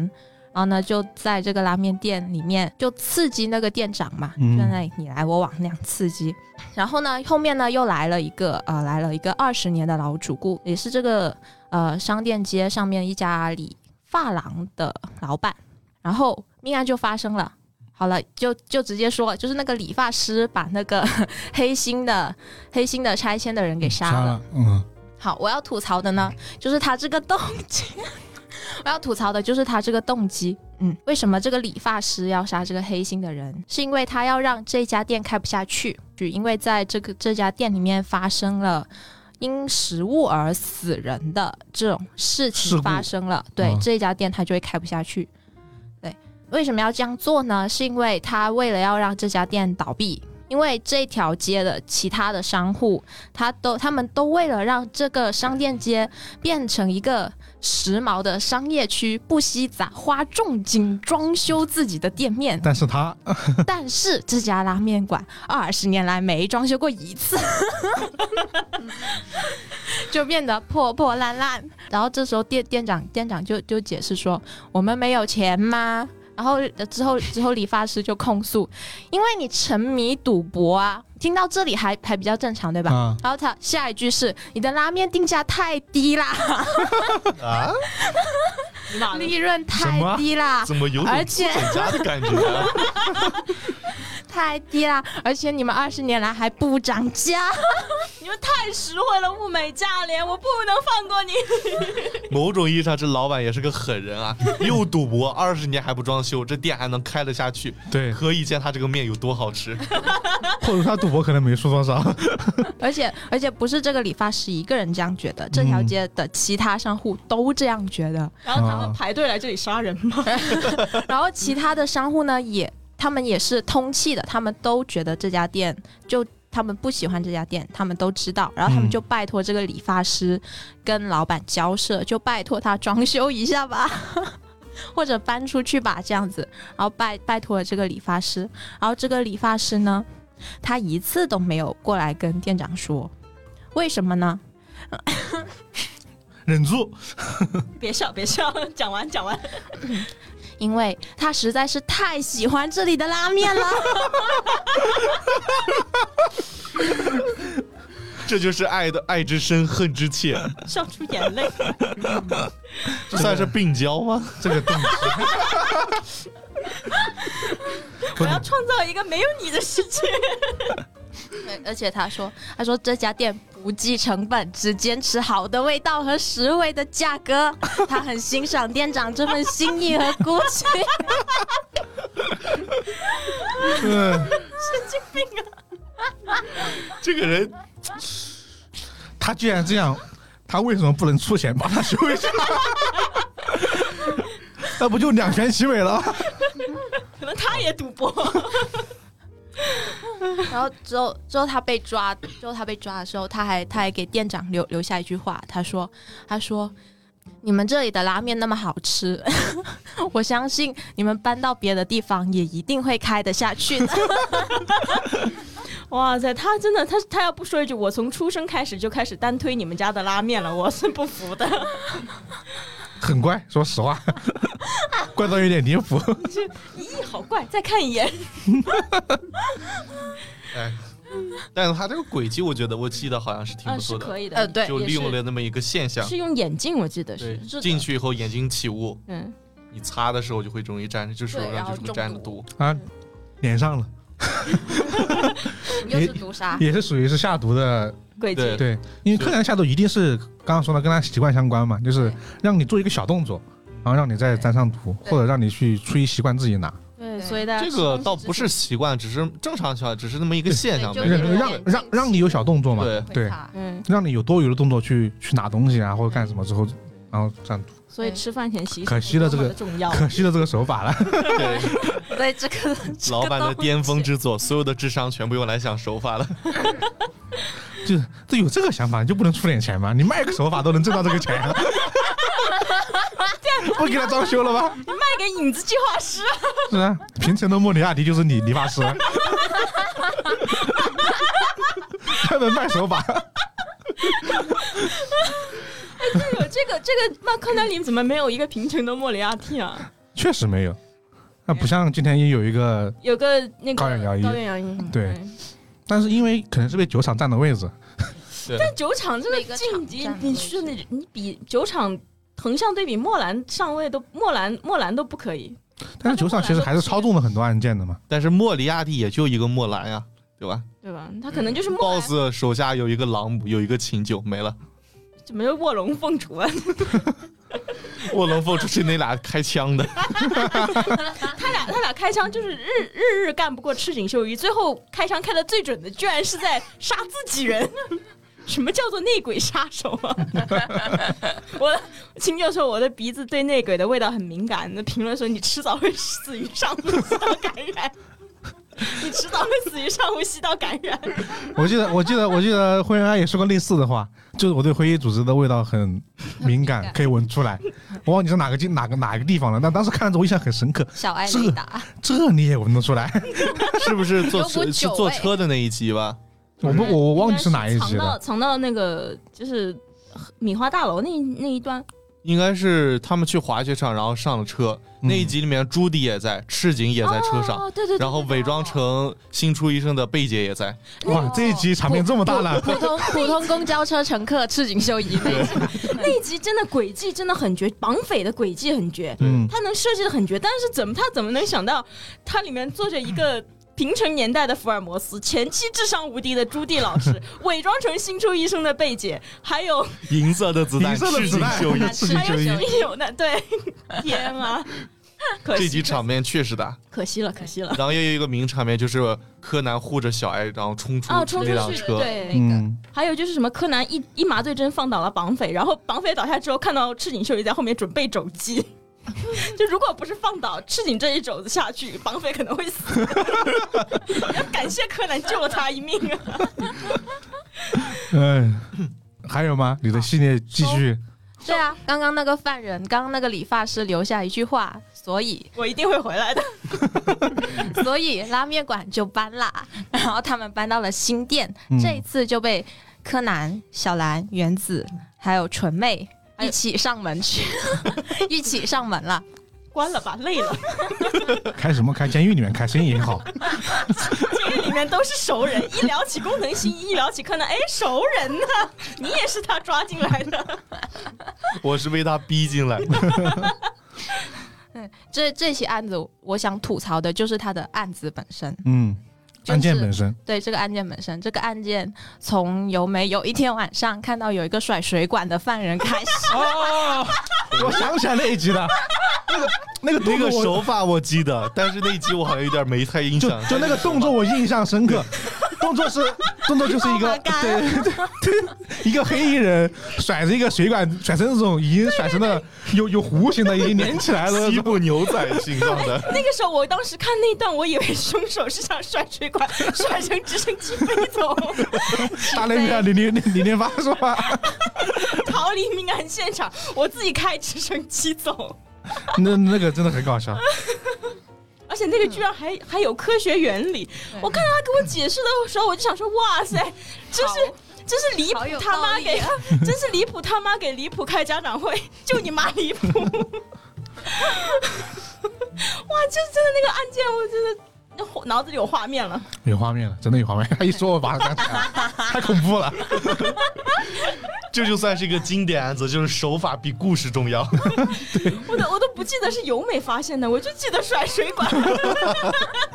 然后呢就在这个拉面店里面就刺激那个店长嘛，
嗯
就那里你来我往那样刺激。然后呢，后面呢又来了一个呃，来了一个二十年的老主顾，也是这个呃商店街上面一家理发廊的老板，然后命案就发生了。好了，就就直接说，就是那个理发师把那个 黑心的黑心的拆迁的人给杀了。
了，嗯，
好，我要吐槽的呢，就是他这个动机。 我要吐槽的就是他这个动机。嗯，为什么这个理发师要杀这个黑心的人？是因为他要让这家店开不下去，就因为在这个这家店里面发生了。因食物而死人的这种事
事
情
故
发生了，对、
嗯
这家店他就会开不下去。对，为什么要这样做呢？是因为他为了要让这家店倒闭，因为这条街的其他的商户他都他们都为了让这个商店街变成一个时髦的商业区，不惜砸花重金装修自己的店
。
面
但是他
但是这家拉面馆二十年来没装修过一次， 就变得破破烂烂。然后这时候店店长店长就就解释说：“我们没有钱吗？”然后呃之后之后理发师就控诉，因为你沉迷赌博啊。听到这里还还比较正常对吧？
啊，
然后他下一句是：“你的拉面定价太低啦，
啊，
你妈的
利润太低啦，
怎么有
啊而
种
且
资本家的感觉啊？
太低啦，而且你们二十年来还不涨价。
你们太实惠了，物美价廉，我不能放过你。
某种意义上，这老板也是个狠人啊！又赌博，二十年还不装修，这店还能开得下去，
对，
可以见他这个面有多好吃。
或者他赌博可能没输多少，
而且而且不是这个理发师一个人这样觉得，这条街的其他商户都这样觉得，
然后他们排队来这里杀人
啊
吗？
然后其他的商户呢也他们也是通气的，他们都觉得这家店就。”他们不喜欢这家店，他们都知道，然后他们
嗯
就拜托这个理发师跟老板交涉，就拜托他装修一下吧，或者搬出去吧，这样子。然后拜拜托了这个理发师，然后这个理发师呢，他一次都没有过来跟店长说，为什么呢？
忍住，
别笑，别笑，讲完讲完。
因为他实在是太喜欢这里的拉面了。
这就是爱的爱之深，恨之切，
笑出眼泪。
这算是病娇吗？
这个动机，
我要创造一个没有你的世界。
对，而且他说，他说这家店不计成本，只坚持好的味道和实惠的价格。他很欣赏店长这份心意和骨气。
嗯，
这个人
他既然这样，他为什么不能出钱把他修一下？那不就两全其美了？
可能他也赌博，
然后之后之后他被抓，之后他被抓的时候，他还他还给店长留留下一句话，他说他说。你们这里的拉面那么好吃， 我相信你们搬到别的地方也一定会开得下去的。
哇塞，他真的，他他要不说一句，我从出生开始就开始单推你们家的拉面了，我是不服的。
很怪，说实话， 怪到有点离谱。
咦，好怪，再看一眼。
哎， 但是他这个轨迹，我觉得我记得好像是挺
嗯，
不
是
错的，
可以的，
呃，对，
就
也
利用
是
了那么一个现象。
是用眼镜，我记得
对
是，是，的
进，去以后眼睛起雾，
嗯，
你擦的时候就会容易沾，这手
对然
上
后
就会沾
中
了毒。
啊，连上了，
又是毒杀，
也是属于是下毒的，
轨迹
对，
对，因为柯南下毒一定是刚刚说的跟他习惯相关嘛，就是
对
让你做一个小动作，然后让你再沾上毒，
对
或者让你去出于习惯自己拿，
对，
对
所以大家
这个倒不是习惯，只是正常情况，只是那么一个现象。
对
没
就
事
是
让让让让你有小动作嘛，
对，
对
会擦
嗯，
让你有多余的动作去去拿东西啊，或者干什么之后，然后沾毒，
所以
对
吃饭前洗手
可惜了
多么
这个
的重要，
可惜了这个手法了，
对，
对 这个这个
老板的
东
巅峰
西
之作，所有的智商全部用来想手法了。
就是这有这个想法你就不能出点钱吗？你卖个手法都能挣到这个钱啊，不给他装修了吗？
卖给影子计划师，
是啊，平成的莫里亚蒂就是你理 发师，专门卖手法。
有 这个这个，那柯南里怎么没有一个平成的莫里亚蒂啊？
确实没有。那不像今天也有一个，
有个那个
高原摇一
高原摇一，
对
嗯。
但是因为可能是被酒厂占的位置，
对，
酒厂这
每个
个
厂
晋级
占，的
你
位
是
置
你你比酒厂横向对比莫兰上位都莫兰莫兰都不可以，
但是酒厂其实还是操纵了很多案件的嘛。
但是莫里亚蒂也就一个莫兰呀，对吧
对吧？他可能就是莫兰
？BOSS 手下有一个朗姆，有一个琴酒，没了。
怎么就卧龙凤雏啊？
卧龙凤雏是那俩开枪的，
他 俩他俩开枪就是日 日日干不过赤井秀一，最后开枪开的最准的居然是在杀自己人。 什么叫做内鬼杀手啊？ 我青就说我的鼻子对内鬼的味道很敏感，那评论说你迟早会死于上呼吸道感染， 你迟早会死于上呼吸道感染。
我记得，我记得，我记得灰原哀也说过类似的话，就是我对灰衣组织的味道很敏感，可以闻出来。我忘记是哪个地哪个哪个地方了，但当时看着我印象很深刻，
小艾
这
琳达，
这你也闻得出来？
是不是坐
有股
车是
酒
坐
味
车的那一集吧？
我不，我我忘记是哪一集
藏到
了。
藏到那个就是米花大楼那那一段，
应该是他们去滑雪场，然后上了车。
嗯
那一集里面，朱迪也在，赤井也在车上，
哦，对对对，
然后伪装成新出医生的贝姐也在。
哇，这一集场面这么大了，
普通 啊普通公交车乘客赤井秀 一那种，
那一集真的轨迹真的很绝，绑匪的轨迹很绝，
嗯，
他能设计的很绝，但是怎么他怎么能想到，它里面坐着 一个平成年代的福尔摩斯，前期智商无敌的朱棣老 师，伪装成新出医生的贝姐，还有
银色的子弹，
银色的
赤
子
井
弹
秀一。
赤井
还
秀
有
一
小一有 那对，天啊！可
这
惜
集场面确实大，
可惜了，可 惜了。
然后也有一个名场面，就是柯南护着小爱，然后冲出
哦，冲
那辆
出去
车，
对，
嗯，
还有就是什么柯南一一麻醉针放倒了绑匪，然后绑匪倒下之后看到赤井秀一在后面准备肘击， 就如果不是放倒赤井这一肘子下去，绑匪可能会死。 要感谢柯南救了他一命啊！
嗯，还有吗？你的系列继续，
对啊，刚刚那个犯人，刚刚那个理发师留下一句话，所 以
我一定会回来的。
所以拉面馆就搬 啦，然后他们搬到了新店，
嗯
这一次就被柯南、小兰、原子还有纯妹
哎
一起上门 去，一起上门了。
关了吧，累了，
开什么开？监狱里面开生意也 好。
这个里面都是熟人，一聊起工藤新一，一聊起柯南，哎，熟人呢、你也是他抓进来的，
我是被他逼进来的。
这这起案子，我想吐槽的就是他的案子本身，
嗯，
就是
案件本身，
对这个案件本身，这个案件从由美有一天晚上看到有一个甩水管的犯人开始，
哦，我想起来那一集了，那个那个
那个
动作我
手法我记得，但是那一集我好像有点没太印
就
象。
就那个动作我印象深 刻，动作是动作就是一个
Oh my God
对对 对，一个黑衣人甩着一个水管，甩成那种已经甩成了有有弧形的，已经连起来了
西。部牛仔形状的，
那个时候我当时看那段，我以为凶手是想甩水管，甩成直升机飞走。
大内密探零零零零八是吧？
逃离命案现场，我自己开直升机走，
那那个真的很搞笑，
而且那个居然还、还有科学原理。我看到他给我解释的时候，我就想说，哇塞，真是真是离
好有
谱他
道
妈
理
给，真是离谱他妈给离谱开家长会，就你妈离 谱！哇，就真的那个案件，我真的那火脑子里有画面了。
有画面了，真的有画面。他一说，我把它想起来了，太恐怖了。
这就算是一个经典案子，就是手法比故事重 要。
我都我都不记得是由美发现的，我就记得甩水 管。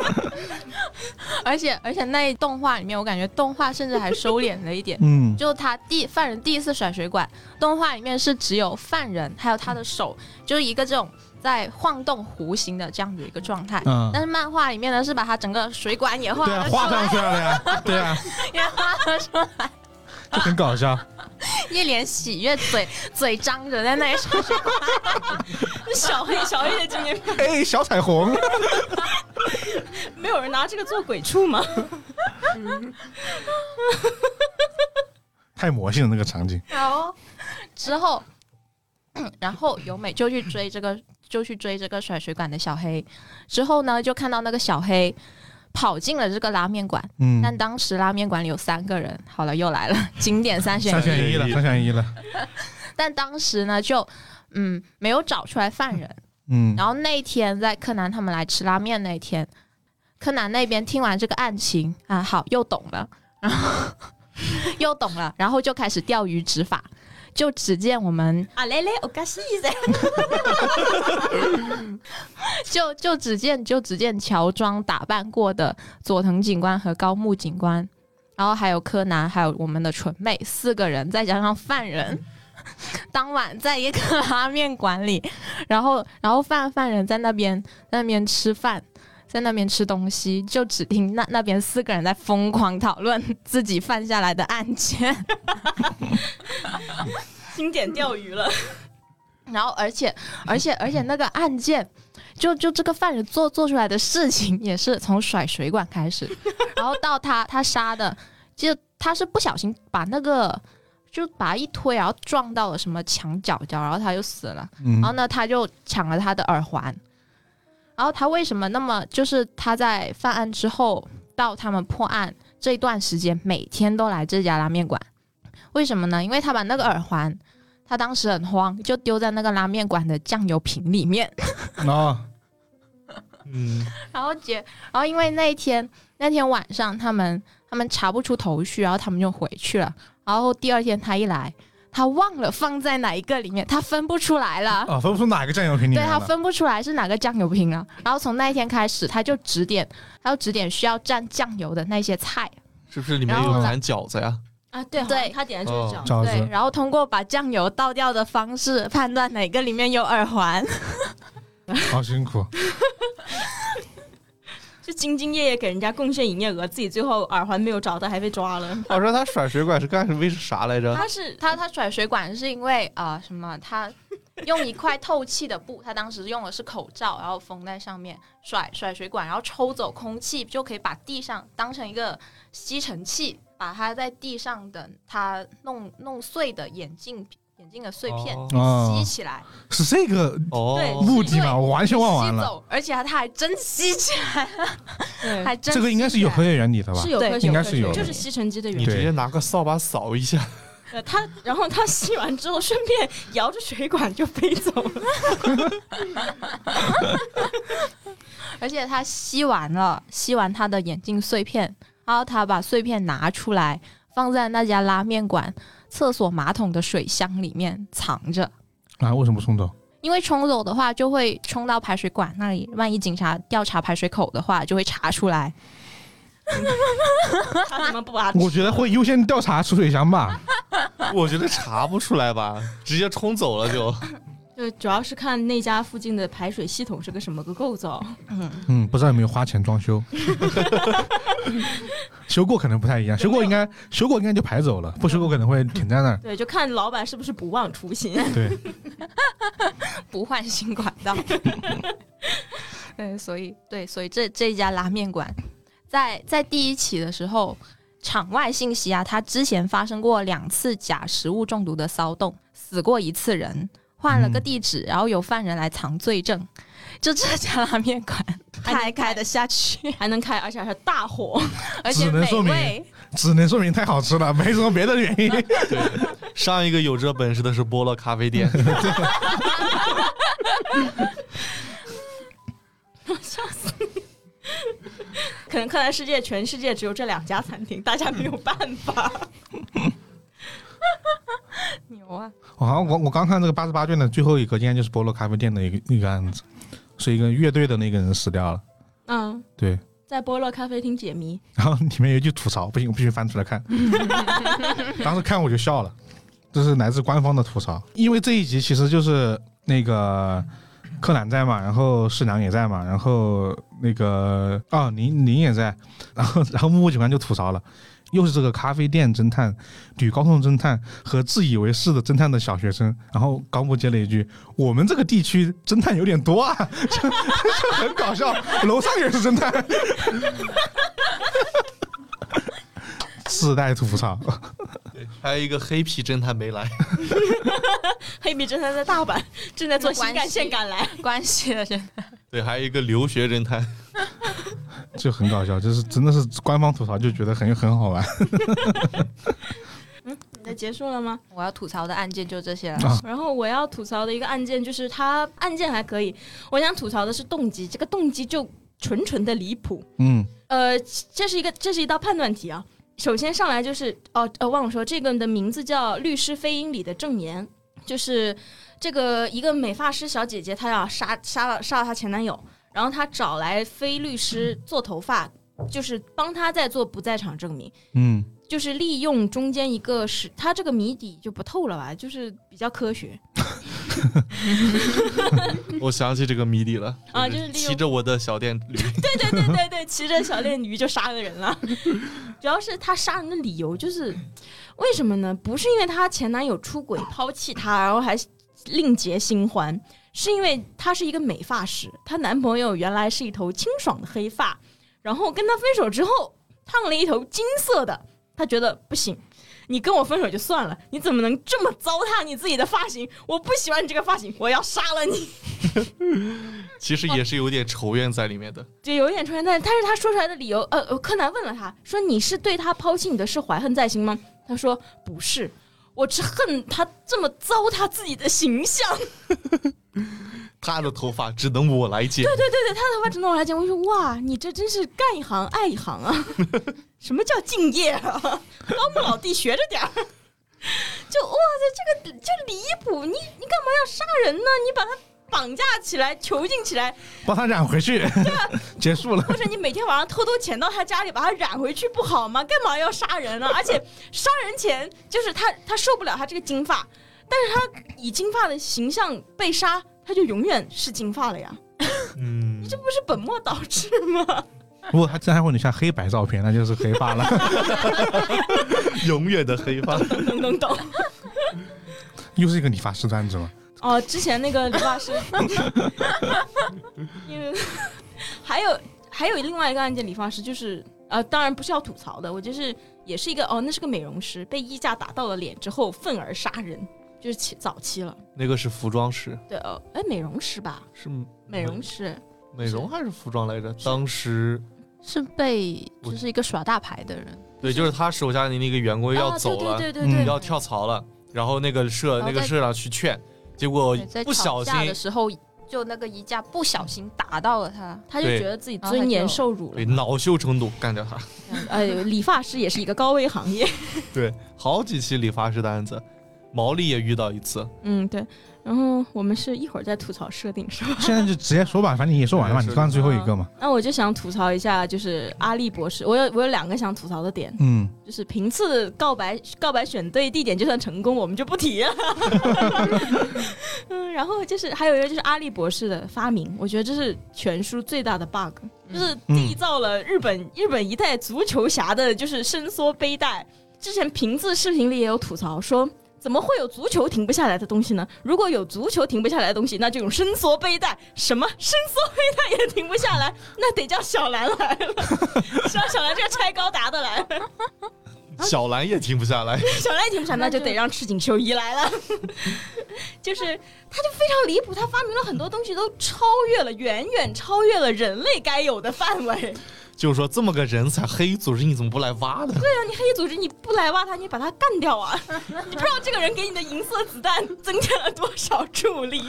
而且而且那一动画里面，我感觉动画甚至还收敛了一点。
嗯，
就他第犯人第一次甩水管，动画里面是只有犯人还有他的手，就是一个这种在晃动弧形的这样的一个状态。
嗯
但是漫画里面呢，是把他整个水管也画
对啊，
了出
画上
来，
去了呀，对啊，
也画了出来，
就很搞笑。
一脸喜悦，嘴嘴张着在那里说
小黑小黑的经验，
哎，小彩虹，
没有人拿这个做鬼畜吗？
太魔性了那个场景。
好， 之后， 然后由美就去追这个，就去追这个甩水管的小黑。之后呢，就看到那个小黑跑进了这个拉面馆，
嗯，
但当时拉面馆里有三个人。好了，又来了，经典三选
三
一。
选一了，三选一了。
但当时呢，就嗯没有找出来犯人。
嗯，
然后那一天在柯南他们来吃拉面那一天，柯南那边听完这个案情啊，好又懂了，然后 又懂了，然后就开始钓鱼执法。就只见我们
啊嘞嘞，我干西噻。
就就只见就只见乔装打扮过的佐藤警官和高木警官，然后还有柯南，还有我们的纯妹四个人，再加上犯人。 当晚在一个拉面馆里，然后然后犯犯人在那边在那边吃饭，在那边吃东西，就只听那那边四个人在疯狂讨论自己犯下来的案件。
经典钓鱼了，
然后而且而且而且那个案件，就就这个犯人做做出来的事情也是从甩水管开始，然后到他他杀的，就他是不小心把那个。就把他一推，然后撞到了什么墙角角，然后他就死了。
嗯
然后呢，他就抢了他的耳环。然后他为什么那么就是他在犯案之后到他们破案这一段时间，每天都来这家拉面馆？为什么呢？因为他把那个耳环，他当时很慌，就丢在那个拉面馆的酱油瓶里面。
哦，
嗯，
然后姐，然后因为那一天那天晚上他们他们查不出头绪，然后他们就回去了。然后第二天他一来，他忘了放在哪一个里面，他分不出来了。
啊，分不出哪个酱油瓶里
对
面
他
了。
分不出来是哪个酱油瓶了。啊然后从那一天开始，他就指点，他就指点需要蘸酱油的那些菜。
是不是里面
然
有
后呢
含饺子呀？
啊，对
好像
他点
的
的
就
就是是
这样
饺
对，
子，
然后通过把酱油倒掉的方式判断哪个里面有耳环。
好辛苦。
就兢兢业业给人家贡献营业额，自己最后耳环没有找到，还被抓了。
哦我说他甩水管是干是为啥来 着？
他是他他甩水管是因为啊、呃什么？他用一块透气的布，他当时用的是口罩，然后封在上面甩甩水管，然后抽走空气，就可以把地上当成一个吸尘器，把它在地上的他弄弄碎的眼镜眼镜的碎片。
哦
吸，起来，
是这个
哦，
对
目的吗？我完全忘完
吸
了。
走，而且他还真吸起来，
对
还真
这个应该是有科
吸
学原理的吧？
是有
对
科学，
应该是有的
就是吸尘机的原
你
理。
直接拿个扫把扫一 下，
呃，他然后他吸完之后，顺便摇着水管就飞走了。
起来，而且他吸完了，吸完他的眼镜碎片，然后他把碎片拿出来，放在那家拉面馆厕所马桶的水箱里面藏着。
啊，为什么送走？
因为冲走的话，就会冲到排水管那里。万一警察调查排水口的话，就会查出来。
他怎么不把它
我觉得会优先调查储水箱吧。
我觉得查不出来吧，直接冲走了就。
就主要是看那家附近的排水系统是个什么个构造。
嗯，不知道有没有花钱装修。 修过可能不太一样，修过应该修过应该就排走了，不修过可能会停在那儿。
对，就看老板是不是不忘初心。
对，
不换新管 道。对，所以对，所以这这一家拉面馆，在在第一起的时候，场外信息啊，它之前发生过两次假食物中毒的骚动，死过一次人，换了个
嗯
地址，然后有犯人来藏罪证，就这家拉面馆它 还开得下去，
还能开，而且还是大火。
而且
能
美
说明
味。
只能说明太好吃了，没什么别的原因。
上一个有这本事的是波乐咖啡 店，
可能柯南世界全世界只有这两家餐厅，大家没有办法。牛啊！
我好像我我刚看这个八十八卷的最后一个，应该就是波洛咖啡店的一个一个案子，是一个乐队的那个人死掉了。
嗯，
对，
在波洛咖啡厅解谜。
然后里面有一句吐槽，不行，我必须翻出来看。当时看我就笑了，这是来自官方的吐槽，因为这一集其实就是那个柯南在嘛，然后世良也在嘛，然后那个哦林林也在，然后然后木木警官就吐槽了。又是这个咖啡店侦探、女高中侦探和自以为是的侦探的小学生，然后高木接了一句：“我们这个地区侦探有点多啊， 就就很搞笑。楼上也是侦探， 自带吐槽。”
还有一个黑皮侦探没来，
黑皮侦探在大阪正在做新干线赶来
关系了，真的。
对，还有一个留学侦探，
就很搞笑，就是真的是官方吐槽就觉得很很好玩。
嗯，你的结束了吗？
我要吐槽的案件就这些了。
啊
然后我要吐槽的一个案件就是他案件还可以，我想吐槽的是动机，这个动机就纯纯的离谱。
嗯，
呃，这是一个这是一道判断题啊。首先上来就是哦呃，忘了说这个的名字叫《律师非英里的证言》，就是这个一个美发师小姐姐，她要杀杀了杀了她前男友，然后她找来非律师做头发，就是帮她在做不在场证明。
嗯，
就是利用中间一个是它这个谜底就不透了吧，就是比较科学。
我想起这个谜底了
啊
就
就是利用
骑着我的小电驴，
对对对对，骑着小电驴就杀了人了。 主要是他杀人的理由就是为什么呢？不是因为她前男友出轨抛弃她，然后还另结新欢，是因为她是一个美发师，她男朋友原来是一头清爽的黑发，然后跟她分手之后烫了一头金色的，她觉得不行。你跟我分手就算了，你怎么能这么糟蹋你自己的发型？我不喜欢你这个发型，我要杀了你！
其实也是有点仇怨在里面的。
就有一点抽象，但但是他说出来的理由，呃，呃柯南问了他说：“你是对他抛弃你的事怀恨在心吗？”他说：“不是，我只恨他这么糟蹋自己的形象。
他的头发只能我来剪，对”
对对对，他的头发整到我来讲，我说：“哇，你这真是干一行爱一行啊！ 什么叫敬业啊？ 高木老弟学着点儿。” 就哇塞，这个就离谱！你你干嘛要杀人呢？你把他绑架起来，囚禁起来，
把它染回去， 结束了。
或者你每天晚上偷偷潜到他家里，把他染回去不好吗？干嘛要杀人呢、而且杀人前就是他，他受不了他这个金发，但是他以金发的形象被杀，他就永远是金发了呀，
嗯，
这不是本末倒置吗？
如果他真还会留下黑白照片，那就是黑发了。
永远的黑发。
懂懂懂懂。
又是一个理发师的案子嘛。
哦，之前那个理发师，因为还有还有另外一个案件，理发师就是呃，当然不是要吐槽的，我就是也是一个哦，那是个美容师，被衣架打到了脸之后愤而杀人，就是起早期了。
那个是服装师，
对，呃，哎，美容师吧，
是
美容师，
美容还是服装来着？当时
是被
我
就是一个耍大牌的人，
对，就是他手下的那个员工要
哦
啊
走了，
对对对
嗯
对对，
要跳槽了，然后那个社
然后
那个
在
社长去劝，结果
对在
不小
吵
心
架的时候，就那个衣架不小心打到了他。
他就
对
觉得自己尊严受辱了
对。恼羞成怒干掉他。
呃，理发师也是一个高危行业，
对，好几期理发师的案子，毛利也遇到一次，
嗯，对。然后我们是一会儿再吐槽设定是吧？
现在就直接说吧，反正你也说完了嘛，你算最后一个嘛。
那我就想吐槽一下，就是阿笠博士，我有我有两个想吐槽的点，
嗯，
就是频次告白告白选对地点就算成功，我们就不提了。嗯，然后就是还有一个就是阿笠博士的发明，我觉得这是全书最大的 bug，就是缔造了日本、日本一代足球侠的就是伸缩背带。之前平字视频里也有吐槽说。怎么会有足球停不下来的东西呢？如果有足球停不下来的东西，那就用伸缩背带。什么伸缩背带也停不下来，那得叫小兰来了，叫小兰这个拆高达的来了。
小兰也停不下来。
小赖停不下，那就得让赤井秀一来了。 就是，他就非常离谱，他发明了很多东西，都超越了，远远超越了人类该有的范围。
就是说这么个人才，黑衣组织你怎么不来挖呢？
对啊，你黑衣组织你不来挖他，你把他干掉啊！ 你不知道这个人给你的银色子弹增添了多少助力。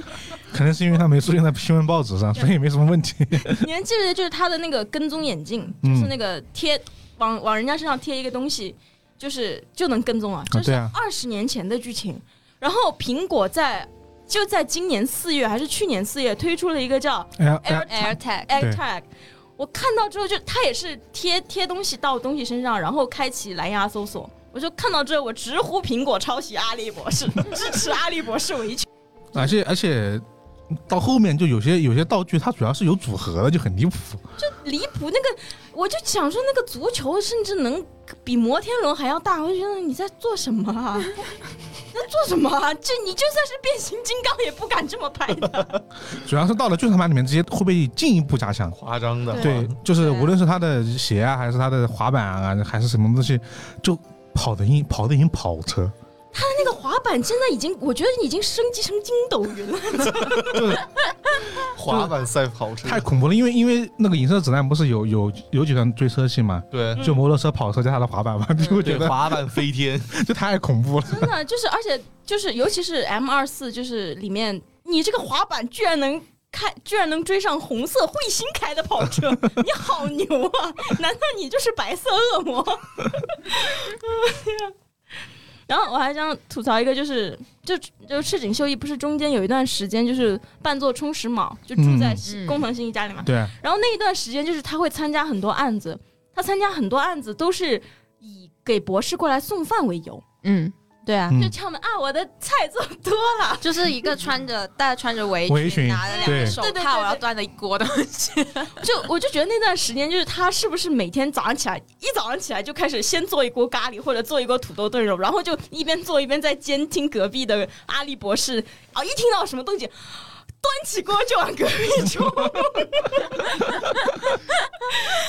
可能是因为他没出现在新闻报纸上，所以没什么问题。
你还记不记得就是他的那个跟踪眼镜，就是那个贴往往人家身上贴一个东西，就是就能跟踪啊？这是
对啊
二十年前的剧情。然后苹果在就在今年四月还是去年四月推出了一个叫
哎呀，哎
Air-
AirTag
对
AirTag。我看到之后就，它也是贴贴东西到东西身上，然后开启蓝牙搜索。我就看到之后，我直呼苹果抄袭阿笠博士，支持阿笠博士维权。
而且而且到后面就有些有些道具，它主要是有组合的，就很离谱。
离谱！那个，我就想说，那个足球甚至能比摩天轮还要大，我就觉得你在做什么啊？ 在做什么啊？这你就算是变形金刚也不敢这么拍的。
主要是到了剧场版里面，这些会被进一步加强。
夸张的，
对，就是
对
无论是他的鞋啊，还是他的滑板啊，还是什么东西，就跑得赢跑得赢跑车。
那个滑板现在已经，我觉得已经升级成筋斗云了。
滑板赛跑车，
太恐怖了，因为因为那个银色子弹不是有有有几段追车戏嘛，
对
就摩托车、跑车加他的滑板嘛， 你会觉
对，
得
滑板飞天，
这太恐怖了。
真的就是，而且就是，尤其是 M 二四，就是里面你这个滑板居然能开，居然能追上红色彗星开的跑车，你好牛啊！难道你就是白色恶魔？ 哎呀然后我还想吐槽一个，就是就就赤井秀一不是中间有一段时间就是扮作充实卯，就住在
嗯
西
嗯
工藤新一家里嘛。
对，
然后那一段时间就是他会参加很多案子，他参加很多案子都是以给博士过来送饭为由。
嗯，对啊，
嗯
就敲门啊，我的菜做多了。
就是一个穿着大家穿着围
围裙
拿着两
对
个手
对对对
套，
对
然后端着一锅东西。
就我就觉得那段时间，就是他是不是每天早上起来，一早上起来就开始先做一锅咖喱，或者做一锅土豆炖肉，然后就一边做一边在监听隔壁的阿笠博士啊，一听到什么东西，端起锅就往隔壁冲。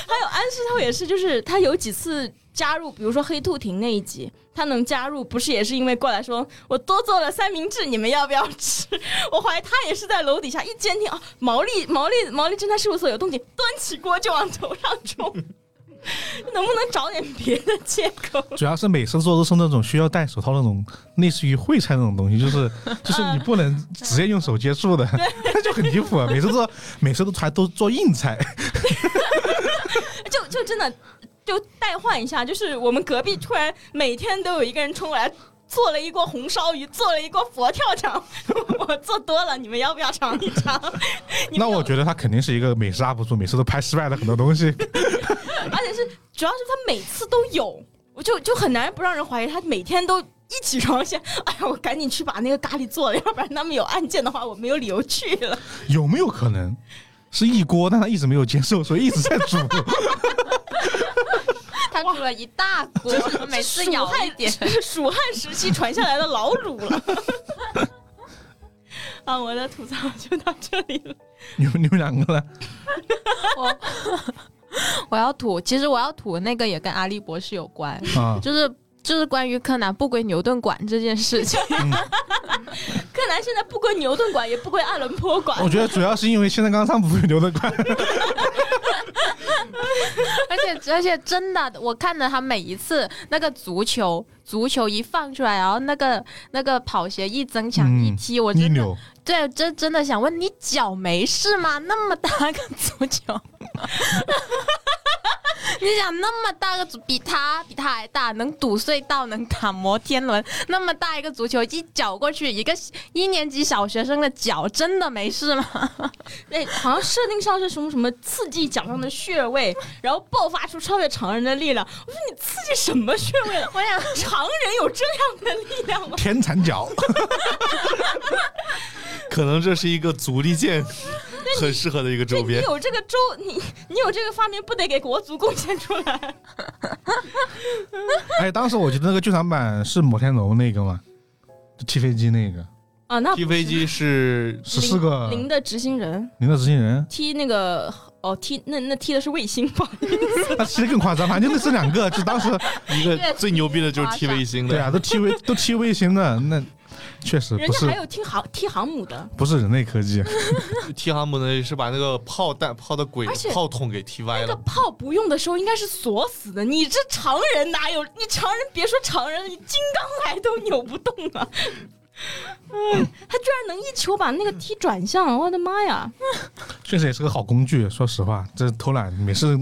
还有安室透也是，就是他有几次加入，比如说黑兔亭那一集，他能加入，不是也是因为过来说我多做了三明治，你们要不要吃？我怀疑他也是在楼底下一监听啊，毛利毛利毛利侦探事务所有动静，端起锅就往头上冲， 能不能找点别的借口？
主要是每次做都是那种需要戴手套那种，类似于烩菜那种东西，就是就是你不能直接用手接触的， 那就很离谱啊！每次做每次都还都做硬菜，
就就真的就代换一下，就是我们隔壁突然每天都有一个人冲过来。做了一锅红烧鱼，做了一锅佛跳墙， 我做多了，你们要不要尝一尝？ 你
那
们要
我觉得他肯定是一个美食 UP 主，每次都拍失败的很多东西。
而且是主要是他每次都有，我就就很难不让人怀疑他每天都一起床先，哎呀，我赶紧去把那个咖喱做了，要不然他们有案件的话，我没有理由去了。
有没有可能是一锅，但他一直没有接受，所以一直在 煮？
他煮了一大锅，每次
蜀
舀哎一
汉
点。
蜀汉时期传下来的老卤了。 啊，我的吐槽就到这里了。
你们你们两个呢？
我 我要吐，其实我要吐的那个也跟阿笠博士有关，
啊，
就是就是关于柯南不归牛顿管这件 事情。
柯南现在不归牛顿管，也不归爱伦坡管
我，觉得主要是因为现在刚上不会流的快，
而且而且真的，我看着他每一次那个足球足球一放出来，然后那个那个跑鞋一增强
嗯
一踢，我
一
真的
扭。
对真真的想问你脚没事吗？ 那么大个足球。 你想那么大个足，比他比他还大，能堵隧道，能打摩天轮，那么大一个足球一脚过去，一个一年级小学生的脚真的没事吗？
那哎好像设定上是什么什么刺激脚上的穴位，然后爆发出超越常人的力量。我说你刺激什么穴位啊了？
我想
常人有这样的力量吗？
天蚕脚，
可能这是一个足力健 很适合的一个周
你
边。
有这个周，你你有这个发明，不得给国足贡献出来？
哎，当时我觉得那个剧场版是摩天楼那个嘛，就踢飞机那个，
啊，那
踢飞机是
十四个
零的执行人
零的执行人，
踢那个哦，踢那那踢的是卫星吧？
那踢的更夸张，反正就那这两个， 就当时啊
一个最牛逼的，就是踢卫星的。
对啊，都踢卫都踢卫星的，那确实
人
不
家还
是
有踢航踢航母的，
不是人类科 技，啊
踢航母呢是把那个炮弹炮的轨
而且
炮筒给踢歪
那个
了。
炮不用的时候应该是锁死的。你这常人哪有？你常人别说常人了，你金刚来都扭不动 啊！嗯，他居然能一球把那个踢转向，我的妈呀！
确实也是个好工具。说实话，这偷懒每次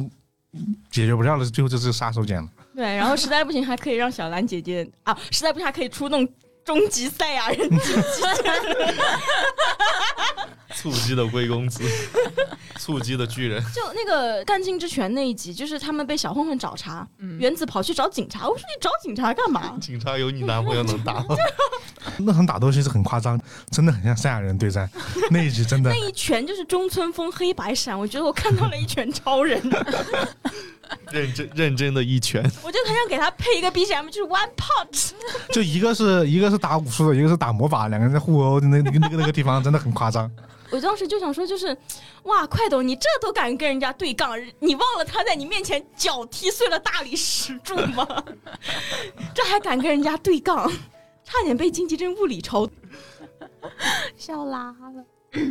解决不掉的，最后就是杀手锏了。
对，然后实在不行还可以让小兰姐姐啊，实在不行还可以出动终极赛亚人。
促击的龟公子，促击的巨人，
就那个干尽之拳那一集，就是他们被小混混找茬，
嗯
原子跑去找警察。我说你找警察干嘛？
警察有你男朋友能打吗？
那场打斗戏是很夸张，真的很像赛亚人对 战那一集，真的
那一拳就是中村风黑白闪，我觉得我看到了一拳超人，
认真认真的一拳，
我就很想给他配一个 BGM，就是 One Punch。
就一个是一个是打武术的，一个是打魔法，两个人在互殴，那那个那个那个地方真的很夸张。
我当时就想说，就是，哇，快斗，你这都敢跟人家对杠，你忘了他在你面前脚踢碎了大理石柱吗？ 这还敢跟人家对杠，差点被荆棘镇物理超。
笑拉了。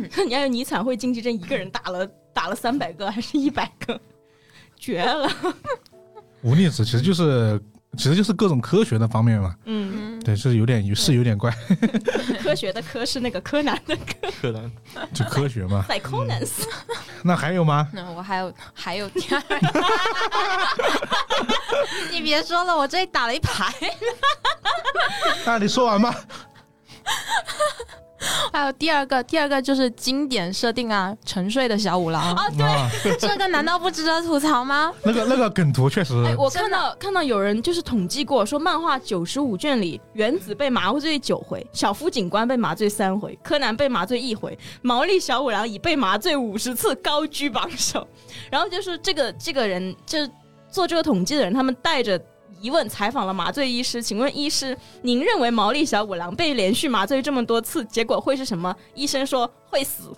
你要有尼采会荆棘镇一个人打了打了三百个还是一百个，绝了。
无粒子其实就是其实就是各种科学的方面嘛，
嗯，
对，是有点是有点怪，
科学的科是那个柯南的柯
柯南
就科学嘛。
，Psychonans。
那还有吗？
那我还有还有第二， 你别说了，我这里打了一排，
那你说完吧。
还有第二个，第二个就是经典设定啊，沉睡的小五郎，
啊，对。
啊，
这个难道不值得吐槽吗？
那个那个梗图确实，
哎，我看到看到有人就是统计过，说漫画九十五卷里，原子被麻醉九回，小夫警官被麻醉三回，柯南被麻醉一回，毛利小五郎已被麻醉五十次，高居榜首。 然后就是这个这个人，就是做这个统计的人，他们带着。疑问采访了麻醉医师，请问医师，您认为毛利小五郎被连续麻醉这么多次，结果会是什么？医生说会死。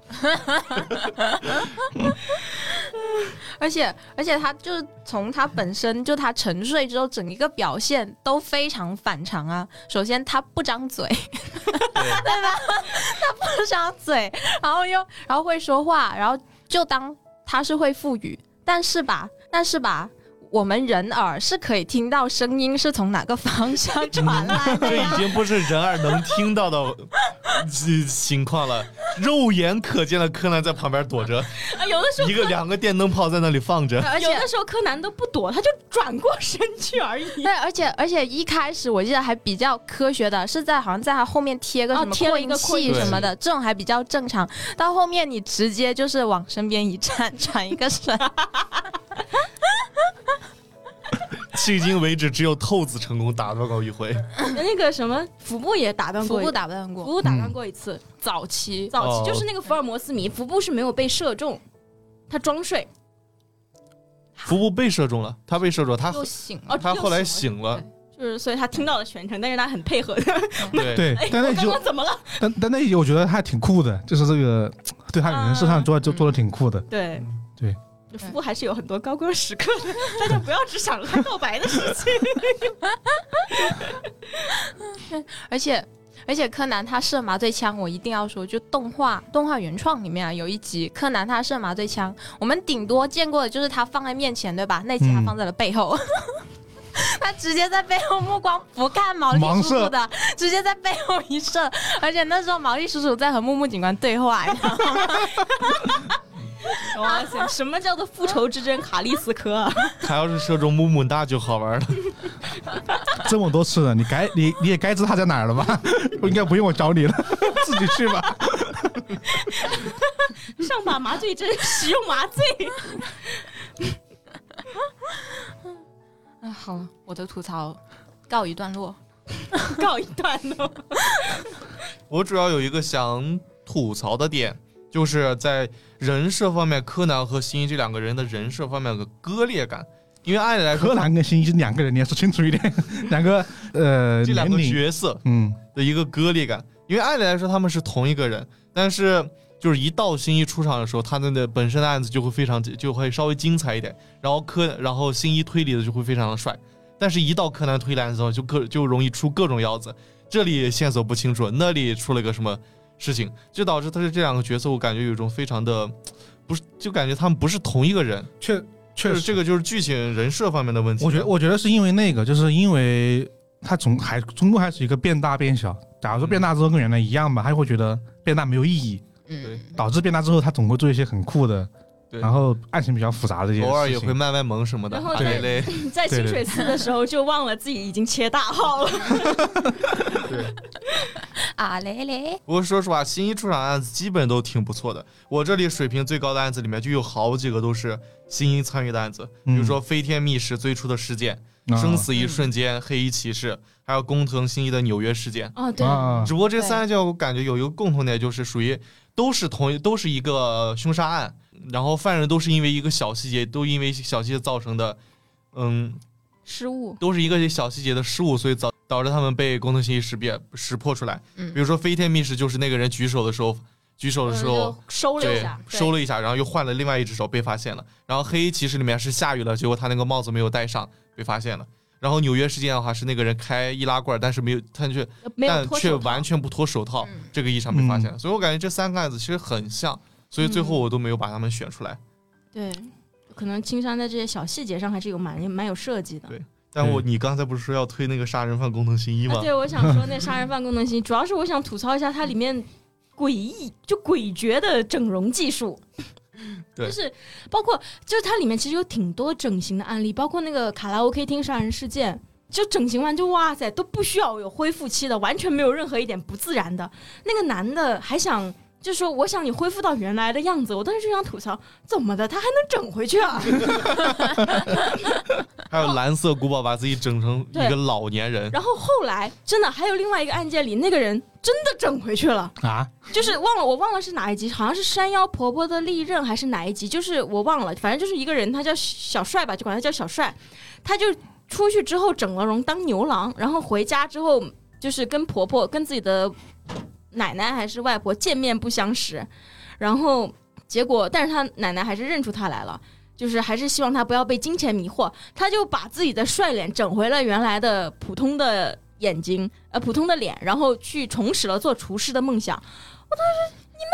而且而且他就是从他本身就他沉睡之后，整一个表现都非常反常啊。首先他不张嘴，对吧？ 他不张嘴，然后又然后会说话，然后就当他是会腹语，但是吧，但是吧。我们人耳是可以听到声音是从哪个方向传 来的
这
呀
已？经不是人耳能听到的呃情况了，肉眼可见的柯南在旁边躲着，
啊， 有的时候
一个两个电灯泡在那里放着，
而且
有的时候柯南都不躲，他就转过身去而已。
对，而且而且一开始我记得还比较科学的，是在好像在他后面贴个
哦
什么
贴了一个扩
器
音
什么的，这种还比较正常。到后面你直接就是往身边一 站，转 一个身，
迄今为止只有透子成功打断过一回。
那个什么服部也打断
服
过一，
部打不断过。
服部打断过一次，
早期
早
嗯哦
期就是那个福尔摩斯迷，服部是没有被射中，他装睡
服部被射中了，他被射中，他
又醒了，
哦，
他
又
后来醒了，
就是所以他听到了全程，但是他很配合。
对，
对
哎，，
但那
我
集
刚刚怎么了？
但但那一集我觉得还挺酷的，就是这个对
啊
他人设上做就做的挺酷的。
对
对，
就服部还是有很多高光时刻的， 大家不要只想着他告白的事情。
而且。而且柯南他射麻醉枪，我一定要说，就动画动画原创里面啊，有一集柯南他射麻醉枪，我们顶多见过的就是他放在面前，对吧？那集他
嗯
放在了背后， 他直接在背后目光不看毛利
盲
叔叔
射
的，直接在背后一射。而且那时候毛利叔叔在和木木警官对话，你知道吗
哇塞，什么叫做复仇之争卡利斯科啊？
他要是射中木木那就好玩了。
这么多次了，你该你你也该知道他在哪儿了吧？ 我应该不用我教你了， 自己去吧。
上把麻醉针，使用麻醉。
啊，好了，我的吐槽告一段落。
告一段落。
我主要有一个想吐槽的点，就是在人设方面，柯南和新一这两个人的人设方面有个割裂感，因为按理来
柯
说，
南跟新一两个人，你要说清楚一点， 两个呃
这两个
年龄，
角色
嗯，
的一个割裂感，因为按理来说他们是同一个人，但是。就是一到新一出场的时候，他们的本身的案子就会非常就会稍微精彩一点，然后柯然后新一推理的就会非常的帅，但是，一到柯南推理案的时候，就各就容易出各种幺子，这里线索不清楚，那里出了个什么事情，就导致他是这两个角色，我感觉有一种非常的不是，就感觉他们不是同一个人。
确确
就是
实，
这个就是剧情人设方面的问题。啊
我觉得我觉得是因为那个，就是因为它总还终究还是一个变大变小。假如说变大之后跟原来一样吧，他会觉得变大没有意义，
对
嗯，
导致变大之后他总会做一些很酷的，
对
然后案情比较复杂的一些事情。
偶尔也会卖卖萌什么的，
然后
啊
再
对嘞，
在
对
清
对
水寺的时候就忘了自己已经切大号 了。
啊嘞嘞，
不过说实话，新一出场的案子基本都挺不错的。我这里水平最高的案子里面就有好几个都是新一参与的案子，比
嗯
如说飞天密室最初的事件、
啊
生死一瞬间、黑衣骑士，还有工藤新一的纽约事件。
哦
啊，对，
啊
只不过这三件我感觉有一个共同点，就是属于都是同都是一个凶杀案，然后犯人都是因为一个小细节，都因为小细节造成的，嗯，
失误，
都是一个小细节的失误，所以导导致他们被工藤新一识别识破出来。
嗯
比如说飞天密室，就是那个人举手的时候，举手
嗯
的时候。
收了一
对
下，，对
收了一下，然后又换了另外一只手，被发现了。然后黑衣骑士里面是下雨了，结果他那个帽子没有戴上，被发现了。然后纽约事件的话是那个人开易拉罐，但是没有，他却
没有
但
脱
却
手
完全不脱手套，
嗯嗯
这个异常被发现了。所以我感觉这三个案子其实很像，所以最后我都没有把他们选出来。
对。可能青山在这些小细节上还是有蛮蛮有设计的。
对但我
嗯
你刚才不是说要推那个杀人犯工藤新一
啊
吗？
对，我想说那杀人犯功能性， 主要是我想吐槽一下它里面诡异就诡谲的整容技术。
对
就是包括就是它里面其实有挺多整形的案例，包括那个卡拉 OK 厅杀人事件，就整形完就哇塞都不需要有恢复期的，完全没有任何一点不自然的。那个男的还想。就说我想你恢复到原来的样子，我当时就想吐槽，怎么的他还能整回去啊？
还有蓝色古堡把自己整成一个老年人，
然后后来真的还有另外一个案件里，那个人真的整回去了，
啊，
就是忘了，我忘了是哪一集，好像是山妖婆婆的利刃还是哪一集，就是我忘了，反正就是一个人，他叫小帅吧，就管他叫小帅，他就出去之后整了容当牛郎，然后回家之后就是跟婆婆跟自己的奶奶还是外婆见面不相识，然后结果但是他奶奶还是认出他来了。就是还是希望他不要被金钱迷惑，他就把自己的帅脸整回了原来的普通的眼睛，呃，普通的脸，然后去重拾了做厨师的梦想。日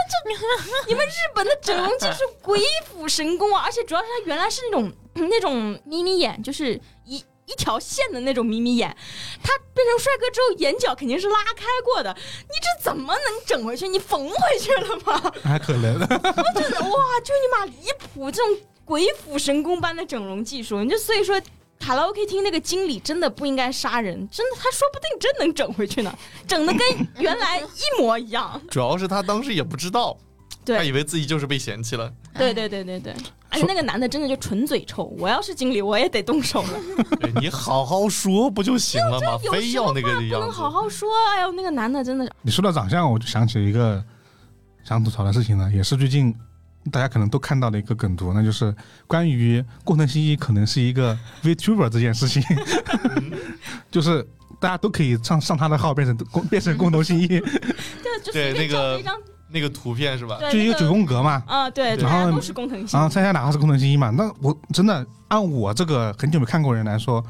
本的整容技术鬼斧神工啊！而且主要是他原来是那种那种眯眯眼，就是一一条线的那种眯眯眼，他变成帅哥之后眼角肯定是拉开过的，你这怎么能整回去？你缝回去了吗？
还可能
就是哇，啊就你妈离谱！这种鬼斧神工般的整容技术，你就所以说。卡拉 OK 厅那个经理真的不应该杀人，真的，他说不定真能整回去呢，整的跟原来一模一样。
主要是他当时也不知道，
对
他以为自己就是被嫌弃了。
对对对对对，而且那个男的真的就纯嘴臭，我要是经理我也得动手了，
对你好好说不就行了吗？
有
非
时
要
候
那个
不
样
能好
子，
好说。哎呦，那个男的真的是，
你说到长相，我就想起一个想吐槽的事情了，也是最近大家可能都看到的一个梗图，那就是关于工藤新一可能是一个 VTuber 这件事情， 就是大家都可以上上他的号变成工变成工藤新一，
对，就
对
随
那
便
个
找一张，
那个图片是吧？
对
就一个
那
九宫格嘛。
啊，对，
对啊
大
然
家
后
都是工藤新
然后，猜一下哪个是工藤新一嘛？那我真的按我这个很久没看过的人来说，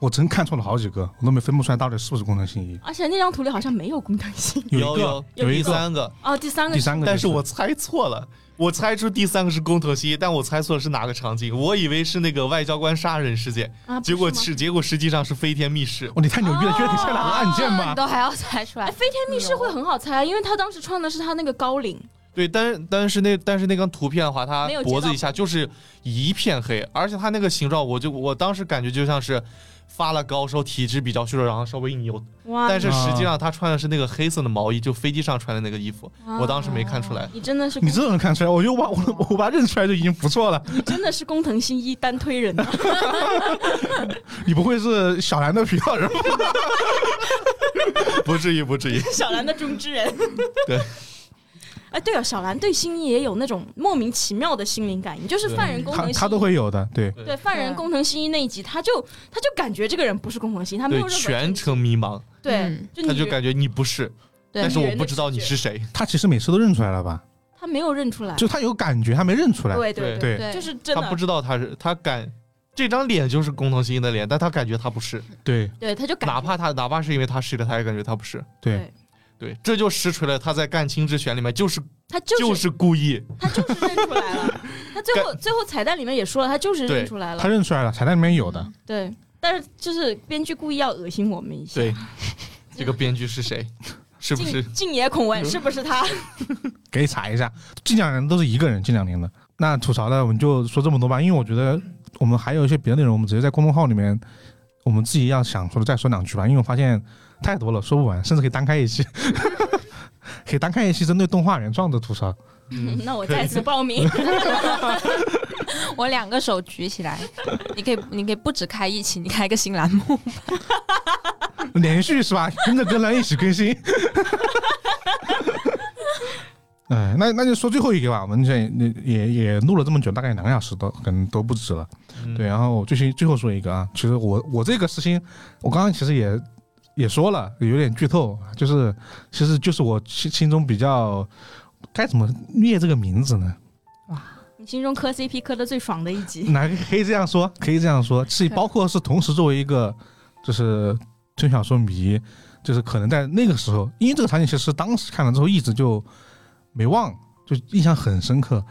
我真看错了好几个，我都没分不出来到底是不是工藤新一。
而且那张图里好像没有工藤新。
有
有
一个，有一
第
个，
三个，
哦，第三个
第，三个就，
但是我猜错了，我猜出第三个是工藤新一，但我猜错了是哪个场景，我以为是那个外交官杀人事件，
啊，不
结果
是吗
是结果实际上是飞天密室。
哦，你太牛
啊
逼了，居然你猜哪个按键
哦你
嘛？
都还要猜出
哎，
来，
飞天密室会很好猜，啊因为他当时穿的是他那个高领，
对，但但是那但是那张图片的话，它
没有接
脖子
到
以下就是一片黑，而且它那个形状，我就我当时感觉就像是发了高烧，体质比较虚弱，然后稍微一扭。
哇
但是实际上他穿的是那个黑色的毛衣，就飞机上穿的那个衣服，
啊
我当时没看出来。
你真的 是工，
你这种人看出来，我就把我我把它认出来就已经不错了。
你真的是工藤新一单推人啊，
你不会是小兰的皮套人吧？
不至于，不至于。
小兰的中之人。
对。
哎，对哦，小兰对新一也有那种莫名其妙的心灵感应，就是
对
犯人工藤
他
新一
他都会有的，对。
对犯人
对
工藤新一那一集，他就他就感觉这个人不是工藤新一，他没有
对，
任何
全程迷茫，
对，
嗯
就
他
你
就感觉你不是，
对
但是我不知道你是谁。
他其实每次都认出来了吧？
他没有认出来，
就他有感觉，他没认出来。
哎对
对
对，
对，
对，
就是真
他
的
不知道他是他感这张脸就是工藤新一的脸，但他感觉他不是，
对
对，他就感
哪怕他哪怕是因为他是的，他也感觉他不是。
对，
对，这就实锤了他在干青之选里面就是
他就是、
就是故意，
他就是认出来了。他最后最后彩蛋里面也说了，他就是
对
认出来了
他。认出来了，彩蛋里面有的。
对，但是就是编剧故意要恶心我们一下。
对，这个编剧是谁？是不是
静静野孔
嗯
文是不是他？
给查一下。近两年都是一个人，近两年的。那吐槽的我们就说这么多吧，因为我觉得我们还有一些别的内容，我们直接在公众号里面，我们自己要想说的再说两句吧，因为我发现太多了，说不完，甚至可以单开一期， 可以单开一期针对动画原创的吐槽。
嗯
那我
可以
再次报名。
我两个手举起来，你可以，你可以不止开一期，你开个新栏目。
连续是吧？跟着跟来一起更新。 哎，那那就说最后一个吧，我们现在也也也录了这么久，大概两个小时都可能都不止了。
嗯
对，然后最新最后说一个啊，其实我我这个事情，我刚刚其实也也说了，有点剧透，啊就是其实就是我心心中比较该怎么列这个名字呢？
你心中磕 CP 磕的最爽的一集，
哪个可以这样说？可以这样说，是
可以
包括是同时作为一个就是真小说迷，就是可能在那个时候，因为这个场景其实当时看了之后一直就没忘，就印象很深刻。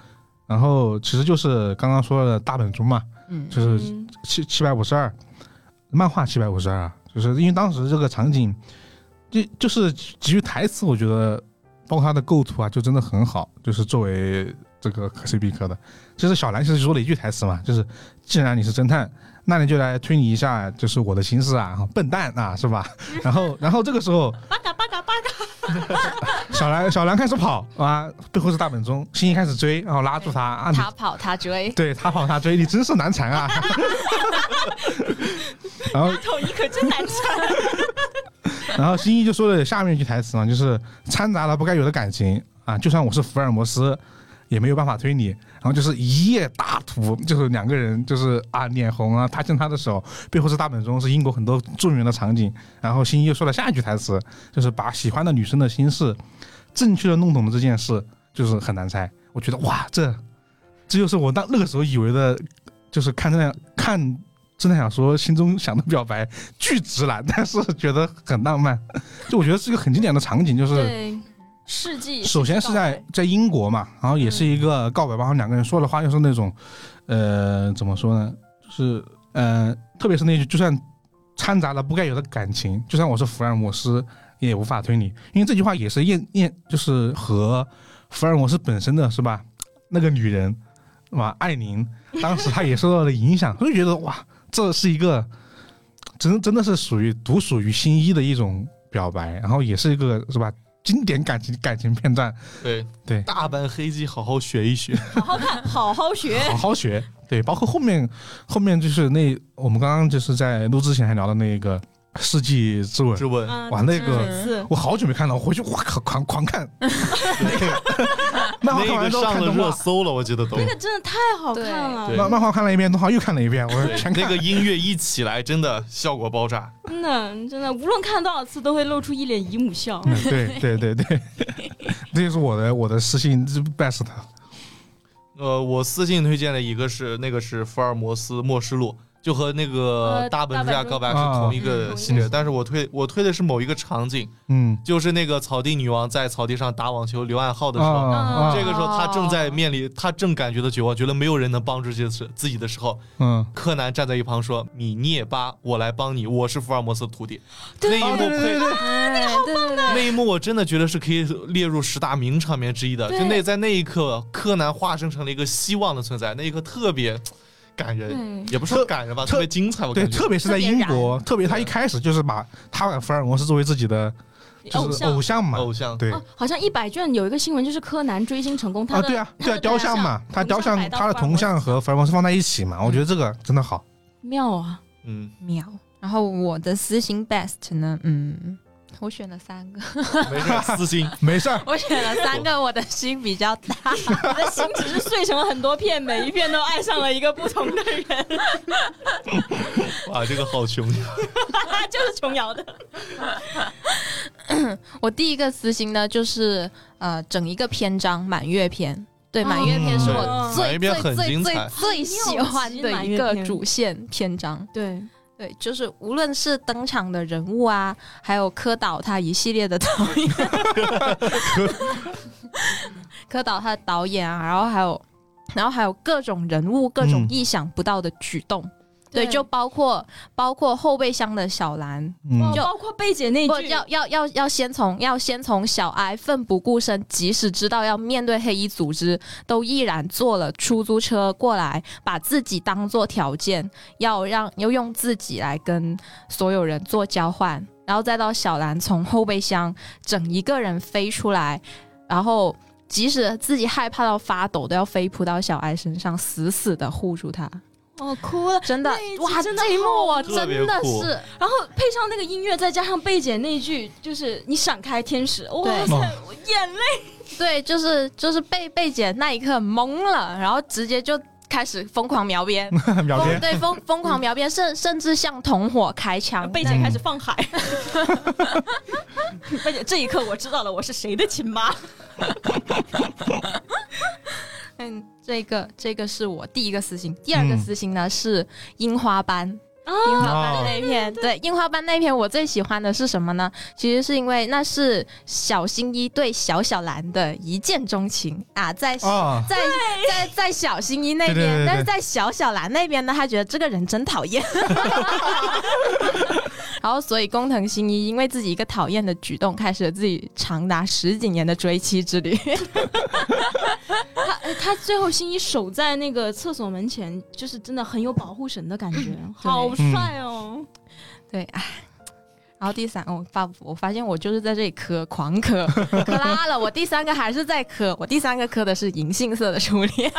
然后其实就是刚刚说的大本钟嘛，
嗯，
就是
嗯
七七百五十二，漫画七百五十二，啊就是因为当时这个场景，就就是基于台词，我觉得包括它的构图啊，就真的很好。就是作为这个可 CP 科的，就是小兰其实说了一句台词嘛，就是既然你是侦探，那你就来推理一下，就是我的心思啊，笨蛋啊，是吧？ 然后然后这个时候，
巴嘎巴嘎巴嘎，
小兰小兰开始跑啊，背后是大本钟，星星开始追，然后拉住他啊，你
他跑他追，
对他跑他追，你真是难缠啊。然后
头你可真难缠。
然后新一就说了下面一句台词嘛，啊就是掺杂了不该有的感情啊，就算我是福尔摩斯，也没有办法推理。然后就是一夜大图，就是两个人就是啊脸红啊，他牵他的手，背后是大本钟，是英国很多著名的场景。然后新一又说了下一句台词，就是把喜欢的女生的心事正确的弄懂了这件事，就是很难猜。我觉得哇，这这就是我当那个时候以为的，就是看这样看。真的想说，心中想的表白巨直男，但是觉得很浪漫。就我觉得是一个很经典的场景，就是
对，世纪
首先是在在英国嘛，然后也是一个告白吧，然后两个人说的话又是那种，呃，怎么说呢？就是呃，特别是那句，就算掺杂了不该有的感情，就算我是福尔摩斯，也无法推理，因为这句话也是验验，就是和福尔摩斯本身的是吧？那个女人，嘛，艾琳，当时她也受到了影响，我就觉得哇，这是一个真真的是属于独属于新一的一种表白，然后也是一个是吧？经典感情感情片段，
对
对
大阪黑鸡好好学一学。
好好看，好好学。
好好学。 对，包括后面后面就是那我们刚刚就是在录之前还聊的那个《世纪之吻》
质，问，
嗯
哇，那
这
个
是
次
我好久没看了，我回去哇靠狂狂看，漫画看
那
完之
个
后
上
看
了
动
热
画，
搜了，我记得都
那。个真的太好看
对
了，
漫漫画看了一遍，动画又看了一遍，我全看
那个音乐一起来，真的效果爆炸。
真的真的，无论看多少次都会露出一脸姨母笑。
嗯，对对对对，这就是我的我的私信这 best。
呃，我私信推荐的一个是那个是福尔摩斯《末世录》，就和那个
呃
大本之下告白是
大本
同一
啊
个
嗯
系列，
同一个
但是我推我推的是某一个场景，
嗯
就是那个草地女王在草地上打网球刘暗号的
啊
时候，
啊，
这个时候她正在面临她正感觉到绝望，觉得没有人能帮助自己自己的时候，
嗯，
柯南站在一旁说：“你涅巴，我来帮你，我是福尔摩斯的徒弟。”那一
啊
幕
对对
配
对对，
哎，对对对，
那一幕我真的觉得是可以列入十大名场面之一的。
对
就那在那一刻，柯南化身成了一个希望的存在，那一刻特别嘖感人，
嗯
对，
也不是说感人吧，
特
特别精彩。我
对，
感觉
特别是在英国，特别他一
对
开始就是把他把福尔摩斯作为自己的就
偶
是
像
偶像嘛，
偶像
对
哦，好像一百卷有一个新闻，就是柯南追星成功，他
啊，
的
对啊，
他
对啊，
的
雕像嘛，他雕像他的铜像和福尔摩斯放在一起嘛，我觉得这个真的 好。
妙啊，
嗯，
秒。然后我的私心 best 呢，嗯，我选了三个，
没事，私心
没事儿，
我选了三个，我的心比较 大。
我的心只是碎成了很多片，每一片都爱上了一个不同 的人，
哇，这个好 穷。
就是琼瑶的。
我第一个私心呢，就是呃，整一个篇章满月篇。对，满月篇是我
嗯
最
对满月
最
篇很
最
精
最
彩
最喜欢的一个主线篇章。
对，
对，就是无论是登场的人物啊，还有柯导他一系列的导演，柯导他的导演啊，然后还有，然后还有各种人物，各种
嗯
意想不到的举动。对，就包括包括后备箱的小兰，
嗯
就
哦包括贝姐那
不
句
要要要要先从要先从小哀奋不顾身，即使知道要面对黑衣组织，都毅然坐了出租车过来，把自己当做条件，要让要用自己来跟所有人做交换，然后再到小兰从后备箱整一个人飞出来，然后。即使自己害怕到发抖，都要飞扑到小哀身上，死死的护住他。
我哦哭了，
真的
那一，集
哇，
真的
这一幕我
好
特别
真的
酷
是
然后配上那个音乐，再加上贝姐那句就是“你闪开，天使”，哇
对
塞
哦，
我眼泪
对，就是就是贝贝姐那一刻懵了，然后直接就开始疯狂 描边，
秒
疯
变，
对疯疯狂描边，甚甚至向同伙开枪。
贝姐开始放海。 贝姐，这一刻我知道了，我是谁的亲 妈。
嗯，这个这个是我第一个私心，第二个
嗯
私心呢、是樱花班。
啊，
樱花班那一篇，哦对樱花班那一篇，我最喜欢的是什么呢？其实是因为那是小新一对小小兰的一见钟情啊，在
啊，
在在在小新一那
对对对对
边，但是在小小兰那边呢，他觉得这个人真讨 厌。然后，所以工藤新一因为自己一个讨厌的举动，开始了自己长达十几年的追妻之旅。
他哎他最后新一守在那个厕所门前，就是真的很有保护神的感觉，嗯好帅
嗯
哦！
对，唉。然后第三，我发我发现我就是在这里磕，狂磕， 磕拉了。我第三个还是在磕，我第三个磕的是银杏色的初 恋，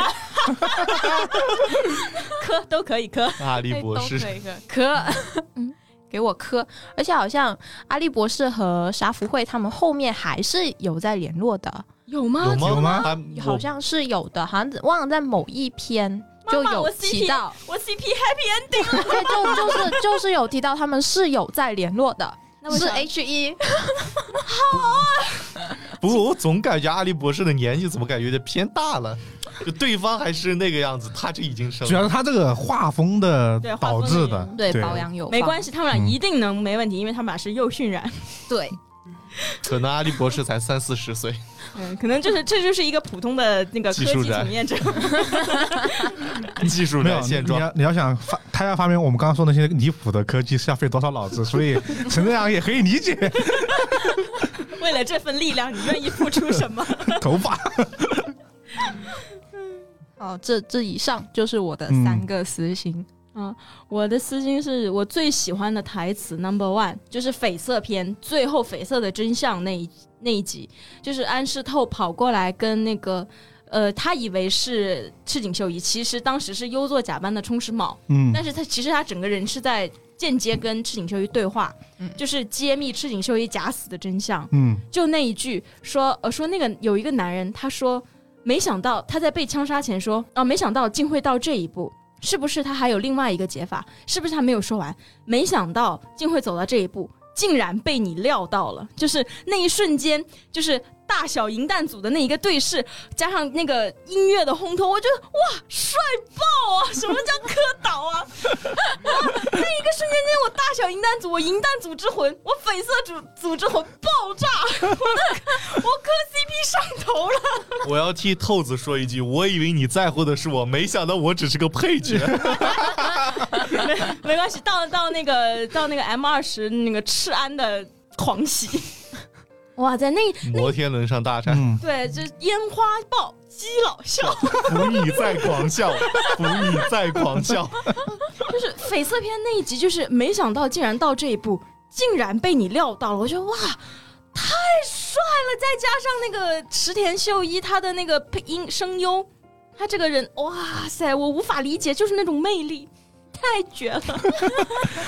磕都可以磕，
阿笠博士
都可
哎
以磕，磕，嗯， 给我磕。而且好像阿笠博士和沙福会他们后面还是有在联络的，
有吗
有？吗？
有吗
他
好像是有的，好像忘了在某一篇就
妈妈
有
我 CP
提到，
我 CP happy ending，
对，就就是就是有提到他们是有在联络的，
我
是
想
H E，
我不过我总感觉阿笠博士的年纪怎么感觉有点偏大 了，就对方还是那个样子，他就已经生
主要是他这个画风的
对画风
导
的
致
原
的
因，
对，保养有
没关
系，
系，他们
嗯
俩一定能没问题，因为他们俩是幼训染，
对，
可能阿笠博士才三四 十岁，
嗯，可能就是这就是一个普通的那个科
技
技
术宅
层面这样。
技术
没有
在现
你
状。
要你要想发，他要发明我们刚刚说那些离谱的科技是要费多少脑子，所以 陈正阳也可以理解
为了这份力量，你愿意付出什么？
头发。
哦，这这以上就是我的
嗯
三个私心，
嗯我的私心是我最喜欢的台词 number one，就是绯色篇最后绯色的真相那一那一集，就是安室透跑过来跟那个。呃，他以为是赤井秀一，其实当时是优作假扮的冲石卯，
嗯
但是他其实他整个人是在间接跟赤井秀一对话，
嗯
就是揭秘赤井秀一假死的真相。
嗯
就那一句说，呃，说那个有一个男人，他说没想到他在被枪杀前说，啊、没想到竟会到这一步，是不是他还有另外一个解法？是不是他没有说完？没想到竟会走到这一步，竟然被你料到了，就是那一瞬间，就是。大小银弹组的那一个对视，加上那个音乐的烘托，我觉得哇，帅爆啊！什么叫磕倒啊？ 那一个瞬间间，我大小银弹组，我银弹组之魂，我绯色组组之魂爆炸，我磕 CP 上头了。
我要替透子说一句，我以为你在乎的是我，没想到我只是个 配角。
没关系，到到那个到那个 M 二十那个赤安的狂喜，哇在那
摩天轮上大战，
嗯，
对，就烟花爆基佬笑，
不你在狂笑，不你在狂笑。
就是绯色篇那一集，就是没想到竟然到这一步，竟然被你料到了，我觉得哇。太帅了，再加上那个池田秀一，他的那个配音声优，他这个人，哇塞，我无法理解，就是那种魅力，太绝了。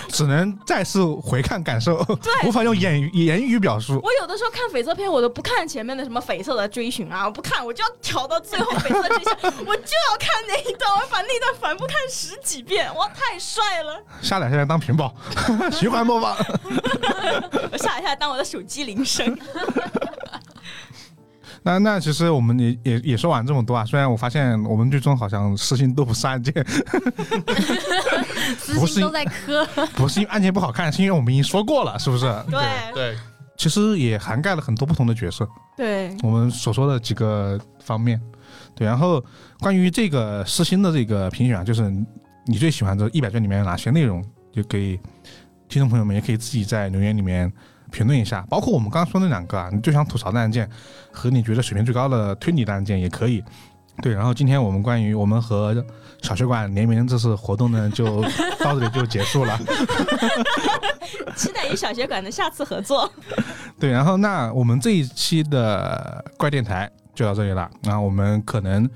只能再次回看感受，
对
无法用言语言语表述。
我有的时候看绯色片，我都不看前面的什么绯色的追寻啊，我不看，我就要挑到最后绯色真相， 我就要看那一段，我把那段反复看十几遍，哇，太帅了！
下载下来当屏保， 循环播放。
我下一下当我的手机铃声。
那那其实我们也也也说完这么多啊，虽然我发现我们最终好像私信都不是案件，
私信都在磕，
不是因为案件不好看，是因为我们已经说过了，是不是？
对
对，
其实也涵盖了很多不同的角色，
对，
我们所说的几个方面。对，然后关于这个私心的这个评选啊，就是你最喜欢的一百卷里面有哪些内容，就可以听众朋友们也可以自己在留言里面评论一下。包括我们刚刚说那两个啊，你最想吐槽的案件和你觉得水平最高的推理的案件也可以。对，然后今天我们关于我们和小学馆联名这次活动呢，就 到这里就结束了。
期待与小学馆的下次合作。
对，然后那我们这一期的怪电台就到这里了。然后我们可能，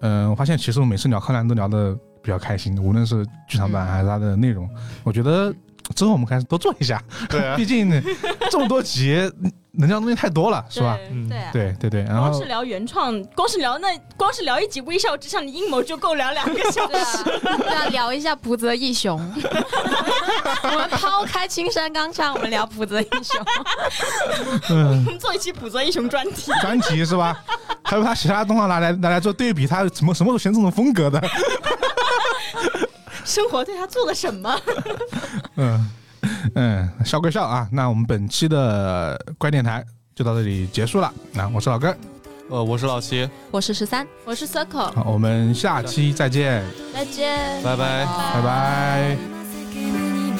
嗯、我发现其实我每次聊柯南都聊的比较开心，无论是剧场版
嗯
还是它的内容，我觉得之后我们开始多做一下，
对啊
毕竟这么多集能聊的东西太多了，是吧？
嗯
对啊。
对对对，然
光
后
是聊原创，光是聊那光是聊一集《微笑之上的阴谋》就够聊两个小
对啊， 对啊，聊一下浦泽义雄。 我们抛开青山刚昌，我们聊浦泽义雄。
嗯，
时，做一期《捕捉英雄》专题。
专题是吧？ 还有他其他动画拿来拿来做对比，他什么什么时候形成这种风格的？
生活对他做了什么？
嗯嗯，笑归笑啊，那我们本期的怪电台就到这里结束了。那我是老根，
呃，我是老七，
我是十三，
我是 Circle，
好，我们下期再见，
再见。
拜拜。
拜拜。
「果てなき闇を住んで」